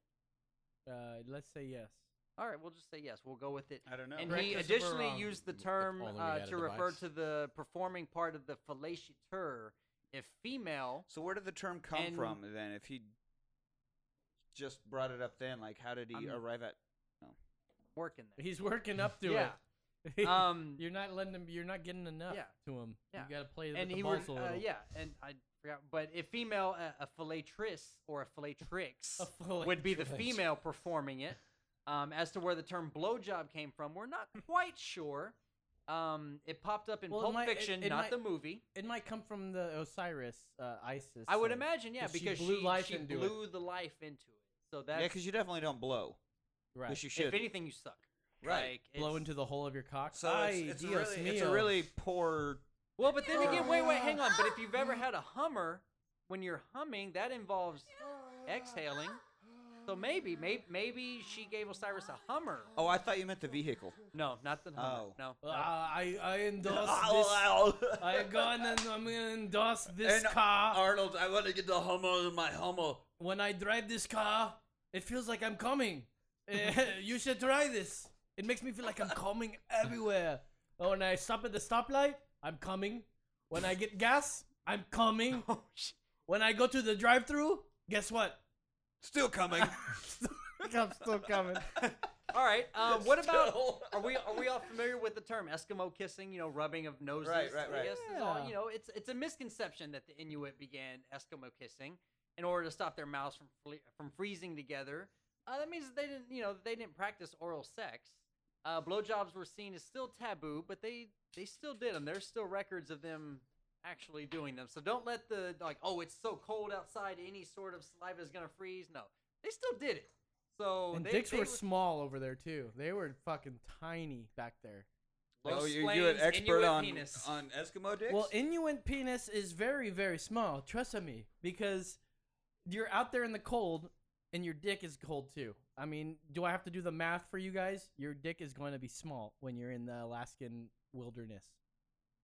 Uh, let's say yes. All right, we'll just say yes. We'll go with it. I don't know. And Correct he us if we're additionally wrong. used the If term only we uh, had a to refer device. to the performing part of the fellator if female So where did the term come And- from then? If he just brought it up then, like how did he I'm- arrive at? working there. He's working up to Yeah. it. Um, you're not letting him. You're not getting enough Yeah. to him. Yeah. You got to play with and the he balls was a little. uh, yeah, and I forgot. But if female, uh, a fillatrice or a fillatrix A would be the fillatrix. female performing it. Um, as to where the term blowjob came from, we're not quite sure. Um, it popped up in Well, it Pulp might- it- Fiction, it not might- the movie. It might come from the Osiris uh, Isis. I would thing. imagine, yeah, 'Cause because she blew life she into blew it. the life into it. So Yeah, that's 'cause yeah, because you definitely don't blow. Right. Which you if should. anything, you suck. Right. Like, blow it's- into the hole of your cock. So Ay, it's, it's, a Dios really, uh, it's a mío. really poor. Well, but then again, wait, wait, hang on. But if you've ever had a Hummer, when you're humming, that involves exhaling. So maybe, maybe, maybe she gave Osiris a Hummer. Oh, I thought you meant the vehicle. No, not the Hummer. Oh. No. Uh, I I endorse Oh, this. Ow, ow. I'm gonna I'm gonna endorse this And car. Arnold, I want to get the Hummer in my Hummer. when I drive this car, it feels like I'm coming. Eh, you should try this. It makes me feel like I'm coming everywhere. Oh, when I stop at the stoplight, I'm coming. When I get gas, I'm coming. When I go to the drive-through, guess what? Still coming. I'm still coming. All right. Um, what about? Are we are we all familiar with the term Eskimo kissing? You know, rubbing of noses. Right, right, right. I guess is all, Yeah. you know, it's it's a misconception that the Inuit began Eskimo kissing in order to stop their mouths from fle- from freezing together. Uh, that means that they didn't, you know, they didn't practice oral sex. Uh, blowjobs were seen as still taboo, but they they still did them. There's still records of them actually doing them. So don't let the like, oh, it's so cold outside, any sort of saliva is gonna freeze. No, they still did it. So and Oh, they, dicks they were were- small over there too. They were fucking tiny back there. Oh, Los you, you an Plains expert Inuit on penis. on Eskimo dicks? Well, Inuit penis is very, very small. Trust me, because you're out there in the cold, and your dick is cold too. I mean, do I have to do the math for you guys? Your dick is going to be small when you're in the Alaskan wilderness.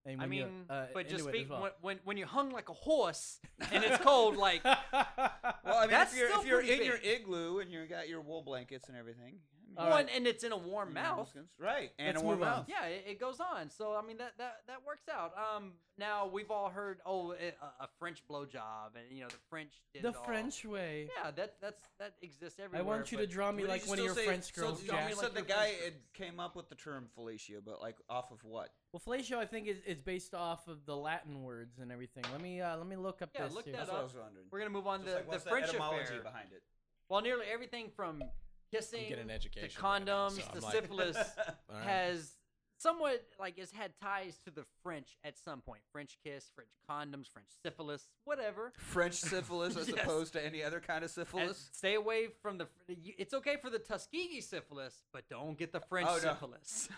And I when you're, mean, uh, but just Inuit as speak well. when, when when you're hung like a horse and it's cold, like Well, I mean, That's if you're still if you're in pretty your big. igloo and you got your wool blankets and everything, I mean, Well, and, and it's in a warm mouth. Right, and Let's a warm move on. mouth. Yeah, it, it goes on. So I mean that that that works out. Um, now we've all heard oh a, a French blowjob, and you know the French did The it all. French way. Yeah, that that's that exists everywhere. I want you to but- draw What me did like you one of still your say? French So girls. you Jack. said the guy had came up with the term fellatio, but like off of what? Well, fellatio, I think, is, is based off of the Latin words and everything. Let me uh, let me look up Yeah, this. look here. that up. We're gonna move on Just to like, the what's the French etymology affair. behind it? Well, nearly everything from kissing, getting an to education right now, condoms, so I'm to like- syphilis All right. has somewhat like has had ties to the French at some point. French kiss, French condoms, French syphilis, whatever. French syphilis as Yes. opposed to any other kind of And syphilis. stay away from the. you- It's okay for the Tuskegee syphilis, but don't get the French Oh, no. syphilis.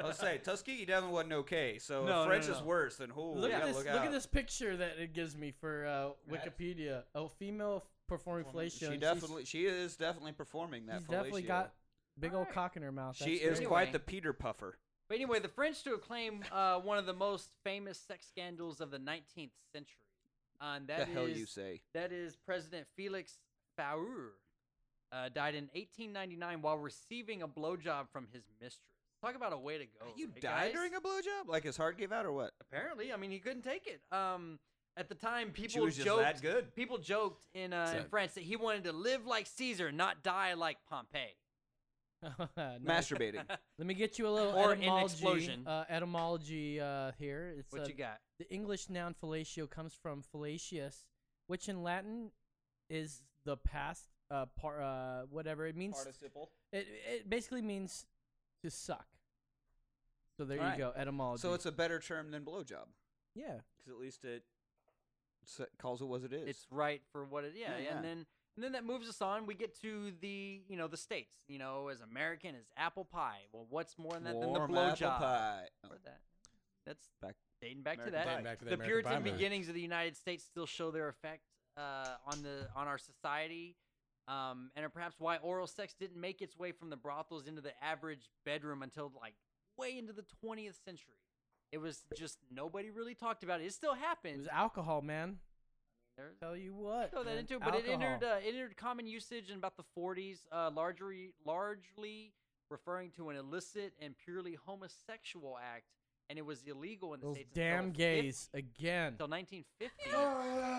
I was saying Tuskegee definitely wasn't okay. So No, no, French no. is worse than who? Look at this. Look, Look, out. at this picture that it gives me for uh, Yes. Wikipedia. Oh, female performing fellatio. She and she's- definitely, she is definitely performing that. She's definitely fellatio. got big old cock in her mouth. She That's is great. quite the Peter Puffer. But anyway, the French to acclaim uh, one of the most famous sex scandals of the 19th century. Uh, and that The hell is- you say. That is President Felix Faure, uh, died in 1899 while receiving a blowjob from his mistress. Talk about a way to go. You Died during a blowjob? Like his heart gave out or what? Apparently, I mean, he couldn't take it. Um, at the time, people was just joked. that good. People joked in uh, in So- France that he wanted to live like Caesar, not die like Pompey. Nice. Masturbating. Let me get you a little Or an etymology, explosion. Uh, etymology uh, here. It's, What uh, you got? The English noun fellatio comes from fellatius, which in Latin is the past uh, par, uh whatever it means. Participle. It it basically means to suck. So there Alright. you go, etymology. So it's a better term than blowjob. Yeah. Because at least it s- calls it what it is. It's right for what it yeah, Yeah, yeah. and then and then that moves us on. We get to the you know the states. You know, as American as apple pie. Well, what's more than that than Warm the apple blowjob? pie. Or that. That's Back- dating back American to that. Dating back to the the American Pie Puritan movie. beginnings of the United States still show their effect uh, on the on our society. Um, and are perhaps why oral sex didn't make its way from the brothels into the average bedroom until like way into the 20th century. It was just nobody really talked about it. It still happened. It was alcohol, man. There's- Tell you what. throw that man, into it, but it entered alcohol. uh, it entered common usage in about the 40s, uh, largely largely referring to an illicit and purely homosexual act, and it was illegal in the Those uh, states damn until gays again. until 1950.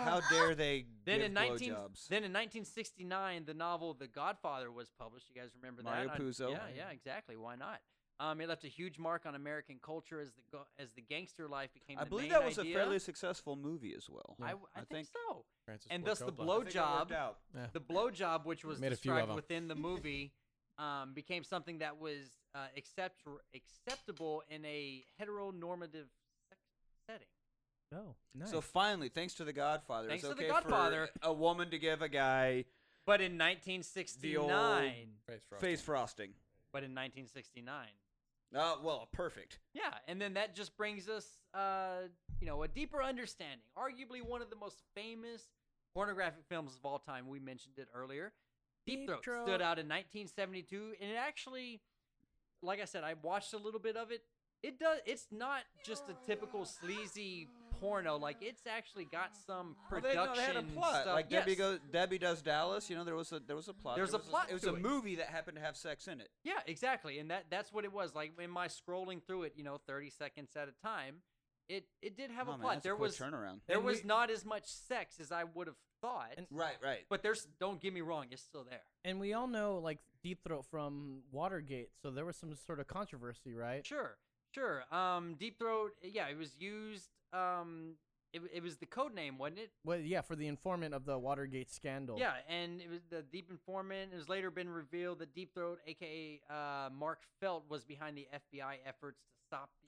How dare they Then give in 19 blowjobs? then in 1969, the novel The Godfather was published. You guys remember Mario that? I- Puzo. yeah, yeah, exactly. Why not? Um, it left a huge mark on American culture as the go- as the gangster life became. I the believe main that was idea. a fairly successful movie as well. I, I think, so. Francis and Ford thus the Coppola. I think it blowjob, worked out. Yeah. the blowjob, which was Made a few of described 'em. within the movie, um, became something that was uh, accept- acceptable in a heteronormative sex setting. No. So finally, thanks to The Godfather, Thanks it's to The okay Godfather. for a woman to give a guy But in the old 1969, Face frosting. but in 1969, Uh, well, perfect. yeah, and then that just brings us, uh, you know, a deeper understanding. Arguably one of the most famous pornographic films of all time. We mentioned it earlier. Deep Throat Throat. stood out in 1972, and it actually, like I said, I watched a little bit of it. It does. It's not just a typical sleazy porno. Like it's actually got some Well, production Oh, they, no, they had a plot. stuff. Like Debbie Yes. goes, Debbie does Dallas. You know, there was a there was a plot. There's There a was plot it was to a it. movie that happened to have sex in it. Yeah, exactly. And that that's what it was. Like in my scrolling through it, you know, 30 seconds at a time, it it did have Oh, a man, plot. that's a there quick was turnaround. There And was we- not as much sex as I would have thought. right, right. But there's don't get me wrong, it's still there. And we all know like Deep Throat from Watergate, so there was some sort of controversy, right? Sure. Sure. Um Deep Throat, yeah, it was used um it, it was the code name, wasn't it? Well, yeah, for the informant of the Watergate scandal. Yeah, and it was the deep informant. It was later been revealed that Deep Throat, aka uh, Mark Felt, was behind the FBI efforts to stop the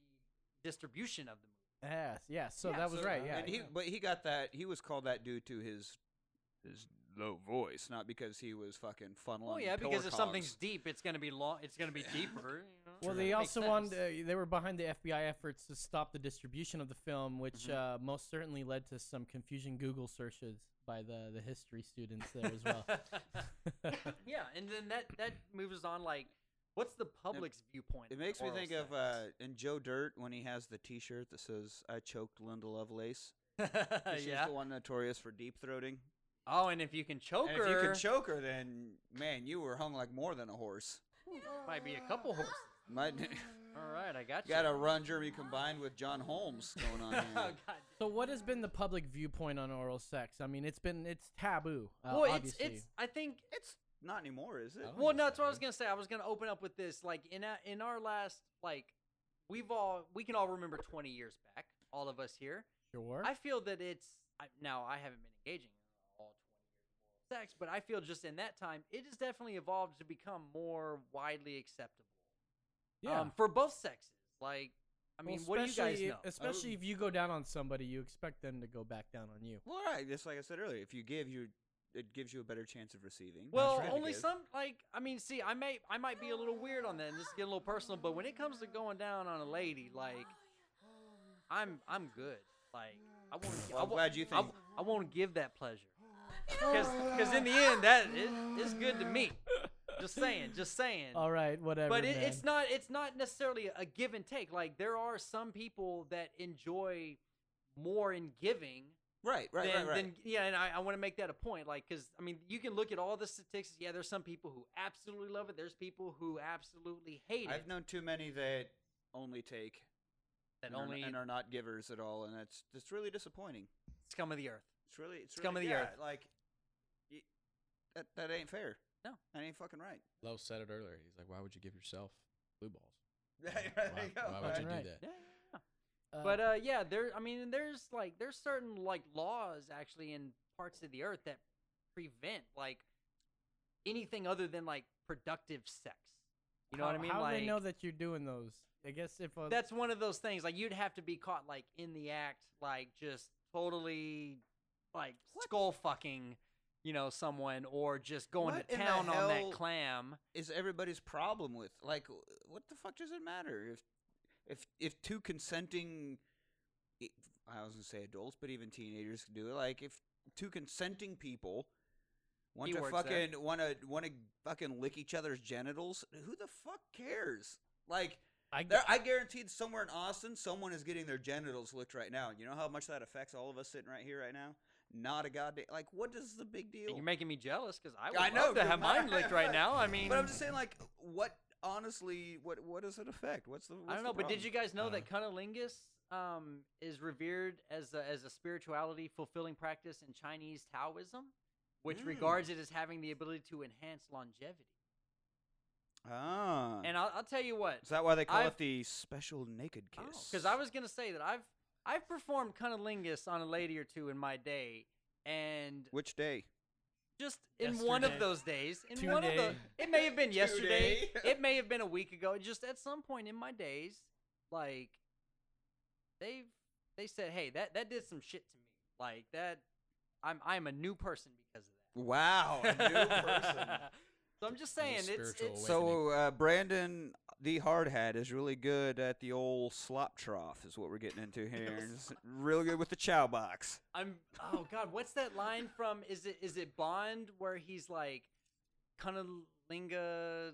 distribution of the movie. Yes, yeah. So Yeah, that was so- right. Yeah. and he, but he got that. He was called that due to his his low voice, not because he was fucking funneling. Well, Oh, yeah, pillar because if cogs. something's deep, it's gonna be long. It's gonna be deeper. you know? well, they Makes also sense. wanted uh, they were behind the FBI efforts to stop the distribution of the film, Mm-hmm. which uh, most certainly led to some confusing Google searches by the the history students there as well. yeah, and then that that moves on. Like, what's the public's viewpoint? It of makes me oral think sex? of uh, in Joe Dirt when he has the T-shirt that says "I choked Linda Lovelace." 'Cause she's Uh, Yeah. uh, the one notorious for deep throating. Oh, and if you can choke And her, if you can choke her, then man, you were hung like more than a horse. Might be a couple horses. All right, I got you. Oh, Got a Ron Jeremy combined with John Holmes going on here. So what has been the public viewpoint on oral sex? I mean, it's been it's taboo. Uh, well, it's obviously. it's. I think it's not anymore, is it? Well, no, that's what I was gonna say. I was gonna open up with this. Like in a, in our last like, we've all we can all remember twenty years back. All of us here. Sure. I feel that it's I, now I haven't been engaging in all twenty years of oral sex, but I feel just in that time it has definitely evolved to become more widely acceptable. um, Yeah. for both sexes. Like, I Well, mean, what do you guys especially- know? Oh. Especially if you go down on somebody, you expect them to go back down on you. Well, all right. Just like I said earlier, if you give, you it gives you a better chance of receiving. Well, That's right. only Because- some like I mean, see, I may I might be a little weird on that, and this is getting a little personal, but when it comes to going down on a lady, like I'm I'm good. Like I want. Well, I I'm wa- glad you I, think- want to give that pleasure, because in the end that it, it's good to me. Just saying, just saying. All right, whatever. But it, man. it's not it's not necessarily a give and take. Like there are some people that enjoy more in giving. Right, right, than, right, right. than- yeah, and I, I want to make that a point. Like, because I mean, you can look at all the statistics. Yeah, there's some people who absolutely love it. There's people who absolutely hate I've it. known too many that only take That and are- only- and are not givers at all, and that's it's really disappointing. Scum of the earth. It's really it's Scum really, of the yeah, earth. Like y that that ain't fair. No, that ain't fucking right. Lowe said it earlier. He's like, why would you give yourself blue balls? There Why, you go. why would you Right. do that? Yeah, yeah, yeah. Uh, but uh, yeah, there. I mean, there's like there's certain like laws actually in parts of the earth that prevent like anything other than like productive sex. You know how, what I mean? How like do they know that you're doing those? I guess if uh, that's one of those things like you'd have to be caught like in the act like just totally like skull fucking you know someone or just going What to in the town on hell that clam Is everybody's problem with like w- what the fuck does it matter if if if two consenting i- I was gonna say adults, but even teenagers can do it. Like if two consenting people want Keywords to there. fucking want to want to fucking lick each other's genitals, who the fuck cares? Like I there, I guaranteed somewhere in Austin, someone is getting their genitals licked right now. You know how much that affects all of us sitting right here right now. Not a goddamn like. What is the big deal? you're making me jealous because i would I know love to dude, have my- mine licked right now i mean but I'm just saying, like, what honestly, what what does it affect? What's the? What's i don't the know but did problem? Uh-huh. you guys know that cunnilingus um, is revered as a, as a spirituality fulfilling practice in chinese taoism which Mm. regards it as having the ability to enhance longevity Ah, and I'll, I'll tell you what is that why they call I've- it the special naked kiss? Because Oh, I was gonna say that I've I've performed cunnilingus on a lady or two in my day, and Which day? just in one of Yesterday. those days, in one of the, Today. it may have been yesterday, Today. it may have been a week ago. Just at some point in my days, like they they said, hey, that that did some shit to me. Like that, I'm I'm a new person because of that. Wow, a new person. So I'm just saying, it's, spiritual it's so uh, Brandon the hard hat is really good at the old slop trough, is what we're getting into here. He's really good with the chow box. I'm oh god, what's that line from? Is it is it Bond where he's like cunnilinga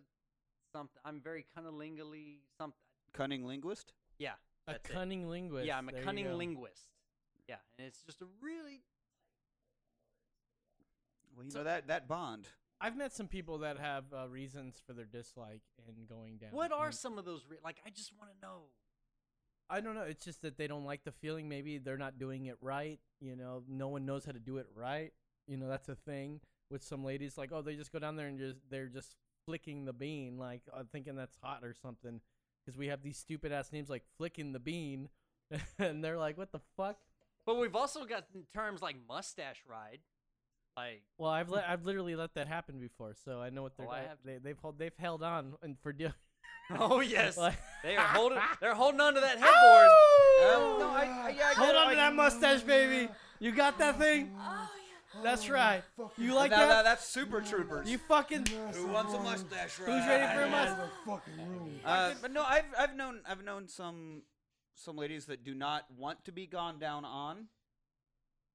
something? I'm very cunnilingally something. Cunning linguist. Yeah, a that's it. cunning linguist. Yeah, I'm a there you cunning go. linguist. Yeah, and it's just a really Well, you know that that bond. I've met some people that have uh, reasons for their dislike and going down. what are on- some of those re- like? I just want to know. I don't know. It's just that they don't like the feeling. Maybe they're not doing it right. You know, no one knows how to do it right. You know, that's a thing with some ladies. Like, oh, they just go down there and just they're just flicking the bean, like uh, thinking that's hot or something. Because we have these stupid ass names like flicking the bean, and they're like, what the fuck? But we've also got terms like mustache ride. Like Well, I've let I've literally let that happen before, so I know what they're. Oh, I I- have they, they've hold, they've held on and for deal. oh yes, Like- they are holding they're holding on to that headboard. Um, no, I, I, yeah, I Oh! get Hold it, on like- to that mustache, baby. You got that thing. That's right. You like now, that? now that's Super Troopers. You fucking. Who wants a mustache ride? Who's ready for a mustache? mustache? Uh, but no, I've I've known I've known some some ladies that do not want to be gone down on.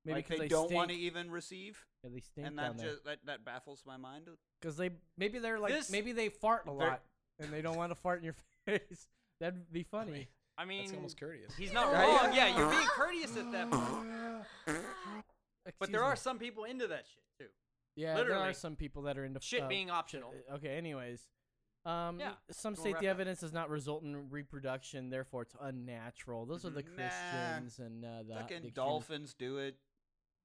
Maybe like 'cause they, they don't want to stink. even receive. Yeah, they stink and that down there. just that, that baffles my mind. Because they maybe they're like This- maybe they fart a They're- lot and they don't want to fart in your face. That'd be funny. I mean, almost courteous. He's not Right? Uh-huh. wrong. Yeah, you're being courteous at that point. but Excuse there are me. some people into that shit too. yeah, there literally. are some people that are into Shit uh, being optional. Okay, anyways, Um, Yeah. Some We'll state wrap the up. evidence does not result in reproduction, therefore it's unnatural. Those are the Nah. Christians and uh, the Fucking the dolphins do it.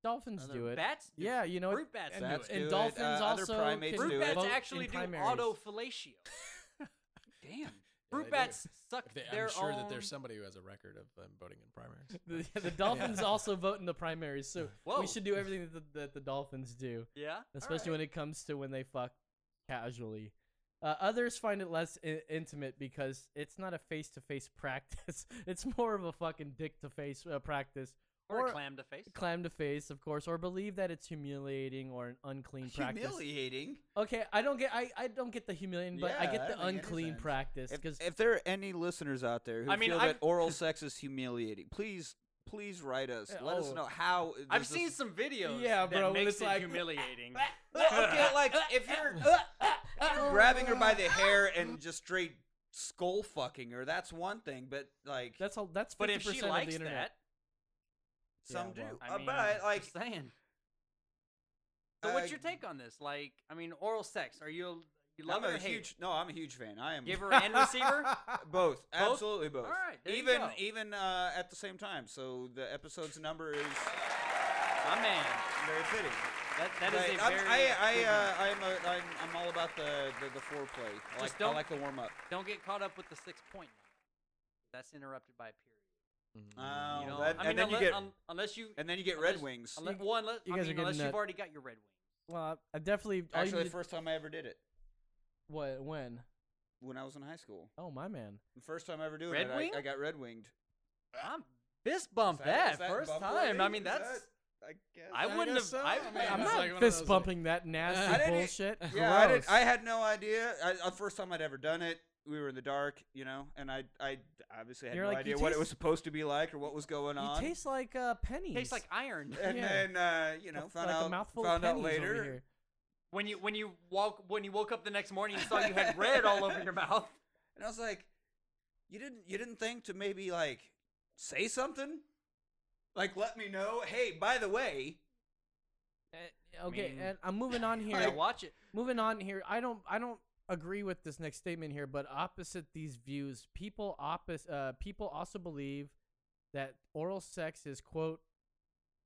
Dolphins Other- do it. Bats do Yeah, it. you know. Fruit bats and, do Bats and do it. dolphins Uh, other also primates can do Fruit it. bats vote in actually do primaries. autofellatio. Damn. Fruit bats suck If they- their I'm sure own. that there's somebody who has a record of um, voting in primaries. The, the Dolphins also vote in the primaries, so Whoa. we should do everything that the, that the Dolphins do. Yeah? especially Alright. when it comes to when they fuck casually. Uh, others find it less I- intimate because it's not a face-to-face practice. it's more of a fucking dick-to-face uh, practice, or a clam to face. clam to face, of course, or believe that it's humiliating or an unclean practice. Humiliating. Okay, I don't get I, I don't get the humiliating, but I Yeah, get that the doesn't make any unclean sense. practice If, because if there are any listeners out there who I mean, feel I've- that oral sex is humiliating, please, please write us. Yeah, Let us oh. know how. I've does seen this- some videos Yeah, that bro, when makes it's it like- humiliating. Well, okay, like if you're, if you're grabbing her by the hair and just straight skull fucking her, that's one thing. But like that's all. That's but fifty if she percent of the likes internet. that, some do, yeah, well, I Uh, mean, but like just saying. So uh, what's your take on this? Like, I mean, oral sex. Are you you love I'm it a or hate? huge. No, I'm a huge fan. I am it? Giver and receiver. both, absolutely both. All right, there you even go. even uh, at the same time. So the episode's number is My man. very fitting. That that is Right, a I'm, very. I, I, good uh, one. I'm, a, I'm, I'm all about the, the, the foreplay. I like, don't- I like the warm up. Don't get caught up with the six point. That's interrupted by a period. Mm-hmm. Uh, Oh, You know, that- I mean, and then you unless, get um, unless you and then you get unless- Red Wings. Unless, well, unless, You I guys are mean, getting unless you've that- already got your Red Wing. Well, I definitely. all you Actually, the did- first time I ever did it what when? when I was in high school. Oh my man. The first time I ever doing Red it, wing? I, I got red winged. I'm fist bump Is that, that- is that first bump time. I already? mean, Is that's that- I guess. I wouldn't have. guess so. I, I mean, man, I'm I'm It's not like one of those, fist like- bumping that I nasty didn't- bullshit. Yeah, I, Gross. didn't, I had no idea. I, the first time I'd ever done it, we were in the dark, you know, and I, I obviously had You're no like, you idea what taste- it was supposed to be like or what was going You on. taste like uh, pennies. tastes like iron. and yeah. then, uh, you know, Like found a out, mouthful of found out pennies later. Over here. When you when you walk when you woke up the next morning, you saw you had red all over your mouth. And I was like, you didn't you didn't think to maybe like say something? Like let me know, hey, by the way, Eh, Okay, mean- and I'm moving on here. Yeah, watch it. moving on here. I don't I don't agree with this next statement here, but opposite these views, people oppos- uh, people also believe that oral sex is quote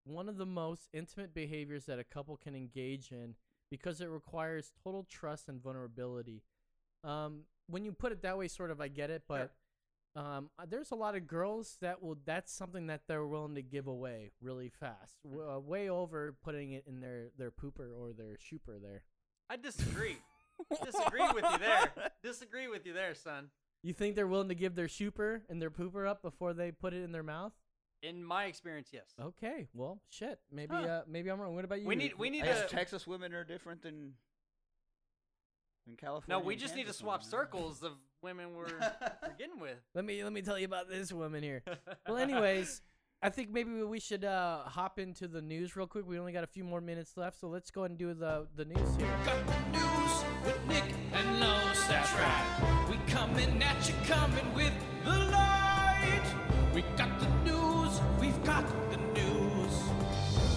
one of the most intimate behaviors that a couple can engage in because it requires total trust and vulnerability. Um, when you put it that way, sort of, I get it, but um, uh, there's a lot of girls that will. That's something that they're willing to give away really fast, w- uh, way over putting it in their their pooper or their shooper there. I disagree. disagree with you there. Disagree with you there, son. You think they're willing to give their shooper and their pooper up before they put it in their mouth? In my experience, yes. Okay, well, shit. Maybe, Huh. uh, maybe I'm wrong. What about you? We need we need I guess to Texas women are different than in California. no. We and just need to Kansas swap women. circles of women we're, we're getting with. Let me let me tell you about this woman here. Well, anyways, I think maybe we should uh, hop into the news real quick. We only got a few more minutes left, so let's go ahead and do the the news here. News with Nick and Los. That's right. We coming at you, coming with the light. We got the news. We've got the news.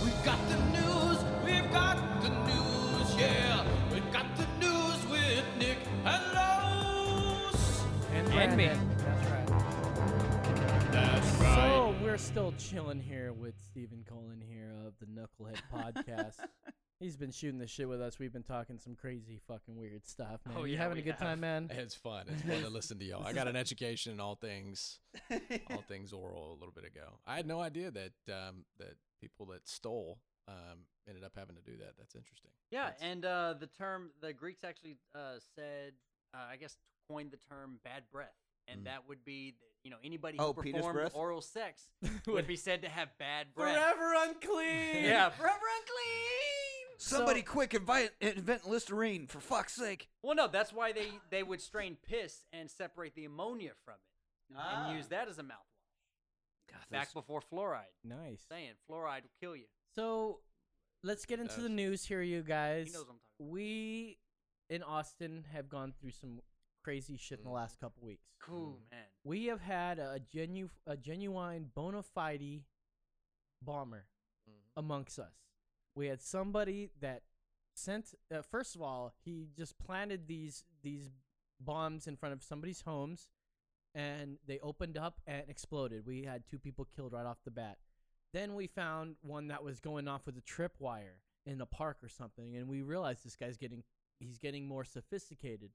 We've got the news. We've got the news. Yeah, we got the news with Nick and Los. And, me. Brandon. That's right. That's So we're still chilling here with Stephen Colin here of the Knucklehead Podcast. He's been shooting the shit with us. We've been talking some crazy fucking weird stuff, man. Oh, you yeah, having a we good have. time, man? It's fun. It's fun to listen to y'all. I got an education in all things, Oh, all things oral a little bit ago. I had no idea that um, that people that stole um, ended up having to do that. That's interesting. Yeah, That's- and uh, the term the Greeks actually uh, said, uh, I guess, coined the term "bad breath," and Mm. that would be, th- you know, anybody who Oh, penis performed breath? oral sex would be said to have bad breath. Forever unclean. Yeah, forever unclean. Somebody quick invite, invent Listerine for fuck's sake. Well, no, that's why they they would strain piss and separate the ammonia from it and use that as a mouthwash. Back before fluoride, Nice. saying fluoride will kill you. So let's get into the That's- news here, you guys. He knows what I'm talking. We in Austin have gone through some crazy shit in the Mm. last couple weeks. about. Cool, man. We have had a genu a genuine bona fide bomber amongst us. We had somebody that sent. Uh, first of all, he just planted these these bombs in front of somebody's homes, and they opened up and exploded. We had two people killed right off the bat. Then we found one that was going off with a tripwire in a park or something, and we realized this guy's getting he's getting more sophisticated.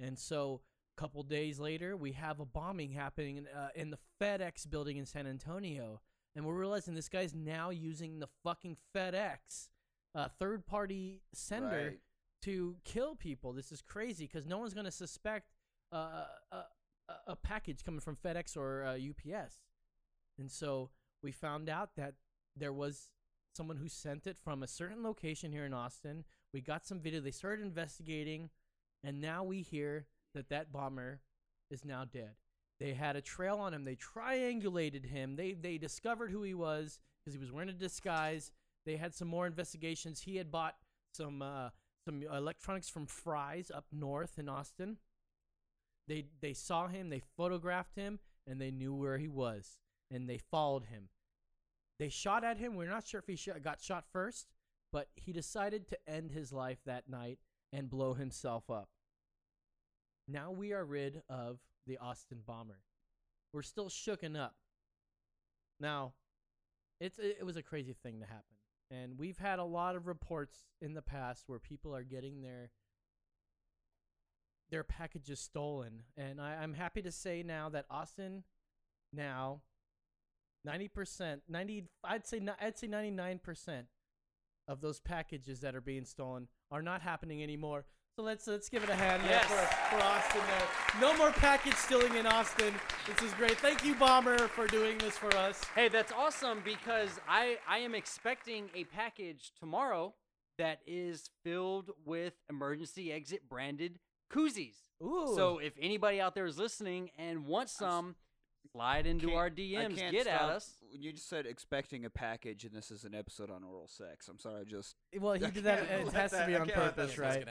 And so, a couple days later, we have a bombing happening in, uh, in the FedEx building in San Antonio, and we're realizing this guy's now using the fucking FedEx, uh, third party sender, Right. to kill people. This is crazy because no one's gonna suspect uh, a, a a package coming from FedEx or uh, UPS. And so we found out that there was someone who sent it from a certain location here in Austin. We got some video. They started investigating, and now we hear that that bomber is now dead. They had a trail on him. They triangulated him. They they discovered who he was because he was wearing a disguise. They had some more investigations. He had bought some uh, some electronics from Fry's up north in Austin. They they saw him, they photographed him, and they knew where he was, and they followed him. They shot at him. We're not sure if he shot, got shot first, but he decided to end his life that night and blow himself up. Now we are rid of the Austin bomber. We're still shooken up. Now, it's it it was a crazy thing to happen, and we've had a lot of reports in the past where people are getting their their packages stolen. And I, I'm happy to say now that Austin, now, ninety percent, ninety, I'd say, ni- I'd say ninety nine percent of those packages that are being stolen are not happening anymore. So let's let's give it a hand there Yes. for, for Austin. There, no more package stealing in Austin. This is great. Thank you, Bomber, for doing this for us. Hey, that's awesome because I, I am expecting a package tomorrow that is filled with emergency exit branded koozies. Ooh. So if anybody out there is listening and wants some, slide into Can't- our I DMs. can't Get at stop- us. You just said expecting a package, and this is an episode on oral sex. I'm sorry, I just. Well, he I did that- can't it let has to that- be I on can't let that purpose, sit. right?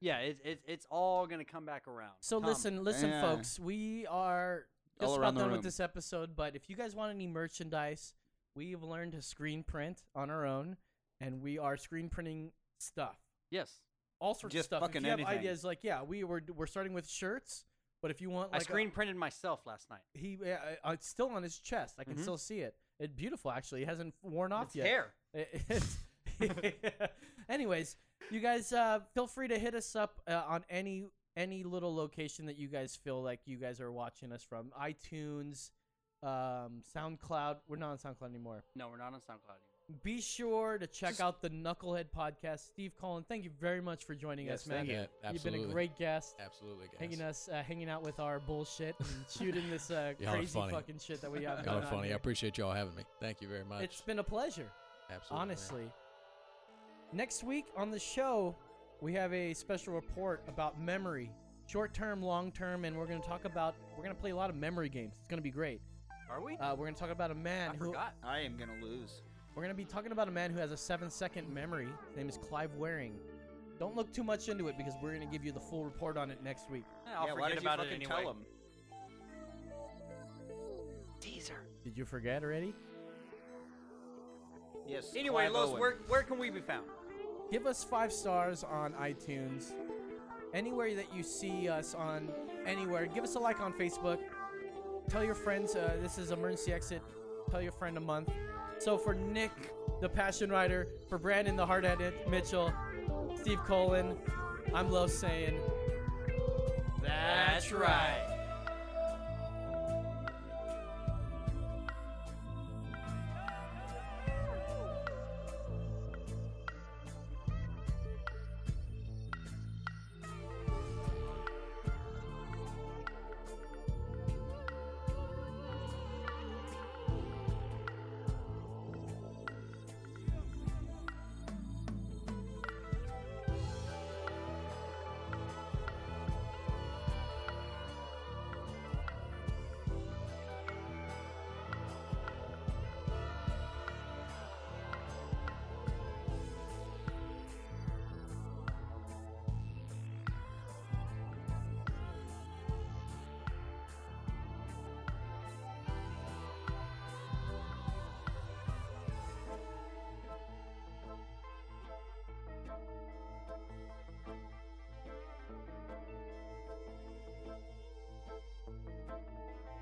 Yeah, it, it, it's all going to come back around. So Come. listen, listen, Yeah. folks. We are just All around about the done room. with this episode, but if you guys want any merchandise, we've learned to screen print on our own, and we are screen printing stuff, Yes. all sorts Just of stuff. fucking if you have anything. ideas, like yeah, we were we're starting with shirts, but if you want, I like uh, a- screen printed myself last night. he uh, uh, it's still on his chest. I can Mhm. still see it. It's beautiful, actually. It hasn't worn off It's yet. hair. It's- Anyways, you guys uh, feel free to hit us up uh, on any any little location that you guys feel like you guys are watching us from. iTunes, um, SoundCloud. We're not on SoundCloud anymore. No, we're not on SoundCloud anymore. Be sure to check out the Knucklehead podcast. Steve Collin, thank you very much for joining Yes, us, man. thank you. Yeah, You've been a absolutely. great guest. Absolutely, guys. Hanging us, uh, hanging out with our bullshit and shooting this uh, Y'all are crazy funny. fucking shit that we have. Y'all going are on funny. I here. appreciate y'all having me. Thank you very much. It's been a pleasure. Absolutely. Honestly. Next week on the show, we have a special report about memory, short term, long term, and we're going to talk about, we're going to play a lot of memory games. It's going to be great. Are we? Uh, we're going to talk about a man I who. forgot. I am gonna lose. We're going to be talking about a man who has a seven second memory. His name is Clive Waring. Don't look too much into it because we're going to give you the full report on it next week. Eh, I'll yeah, why forget did about you it fucking anyway. tell him? Teaser. Did you forget already? Yes. Anyway, Clive Los, Owen. where, where can we be found? give us five stars on iTunes. Anywhere that you see us on anywhere, give us a like on Facebook. Tell your friends uh, this is Emergency Exit. Tell your friend a month. So for Nick, the Passion Rider, for Brandon, the Hard Edit, Mitchell, Steve Colin, I'm Low saying. That's right.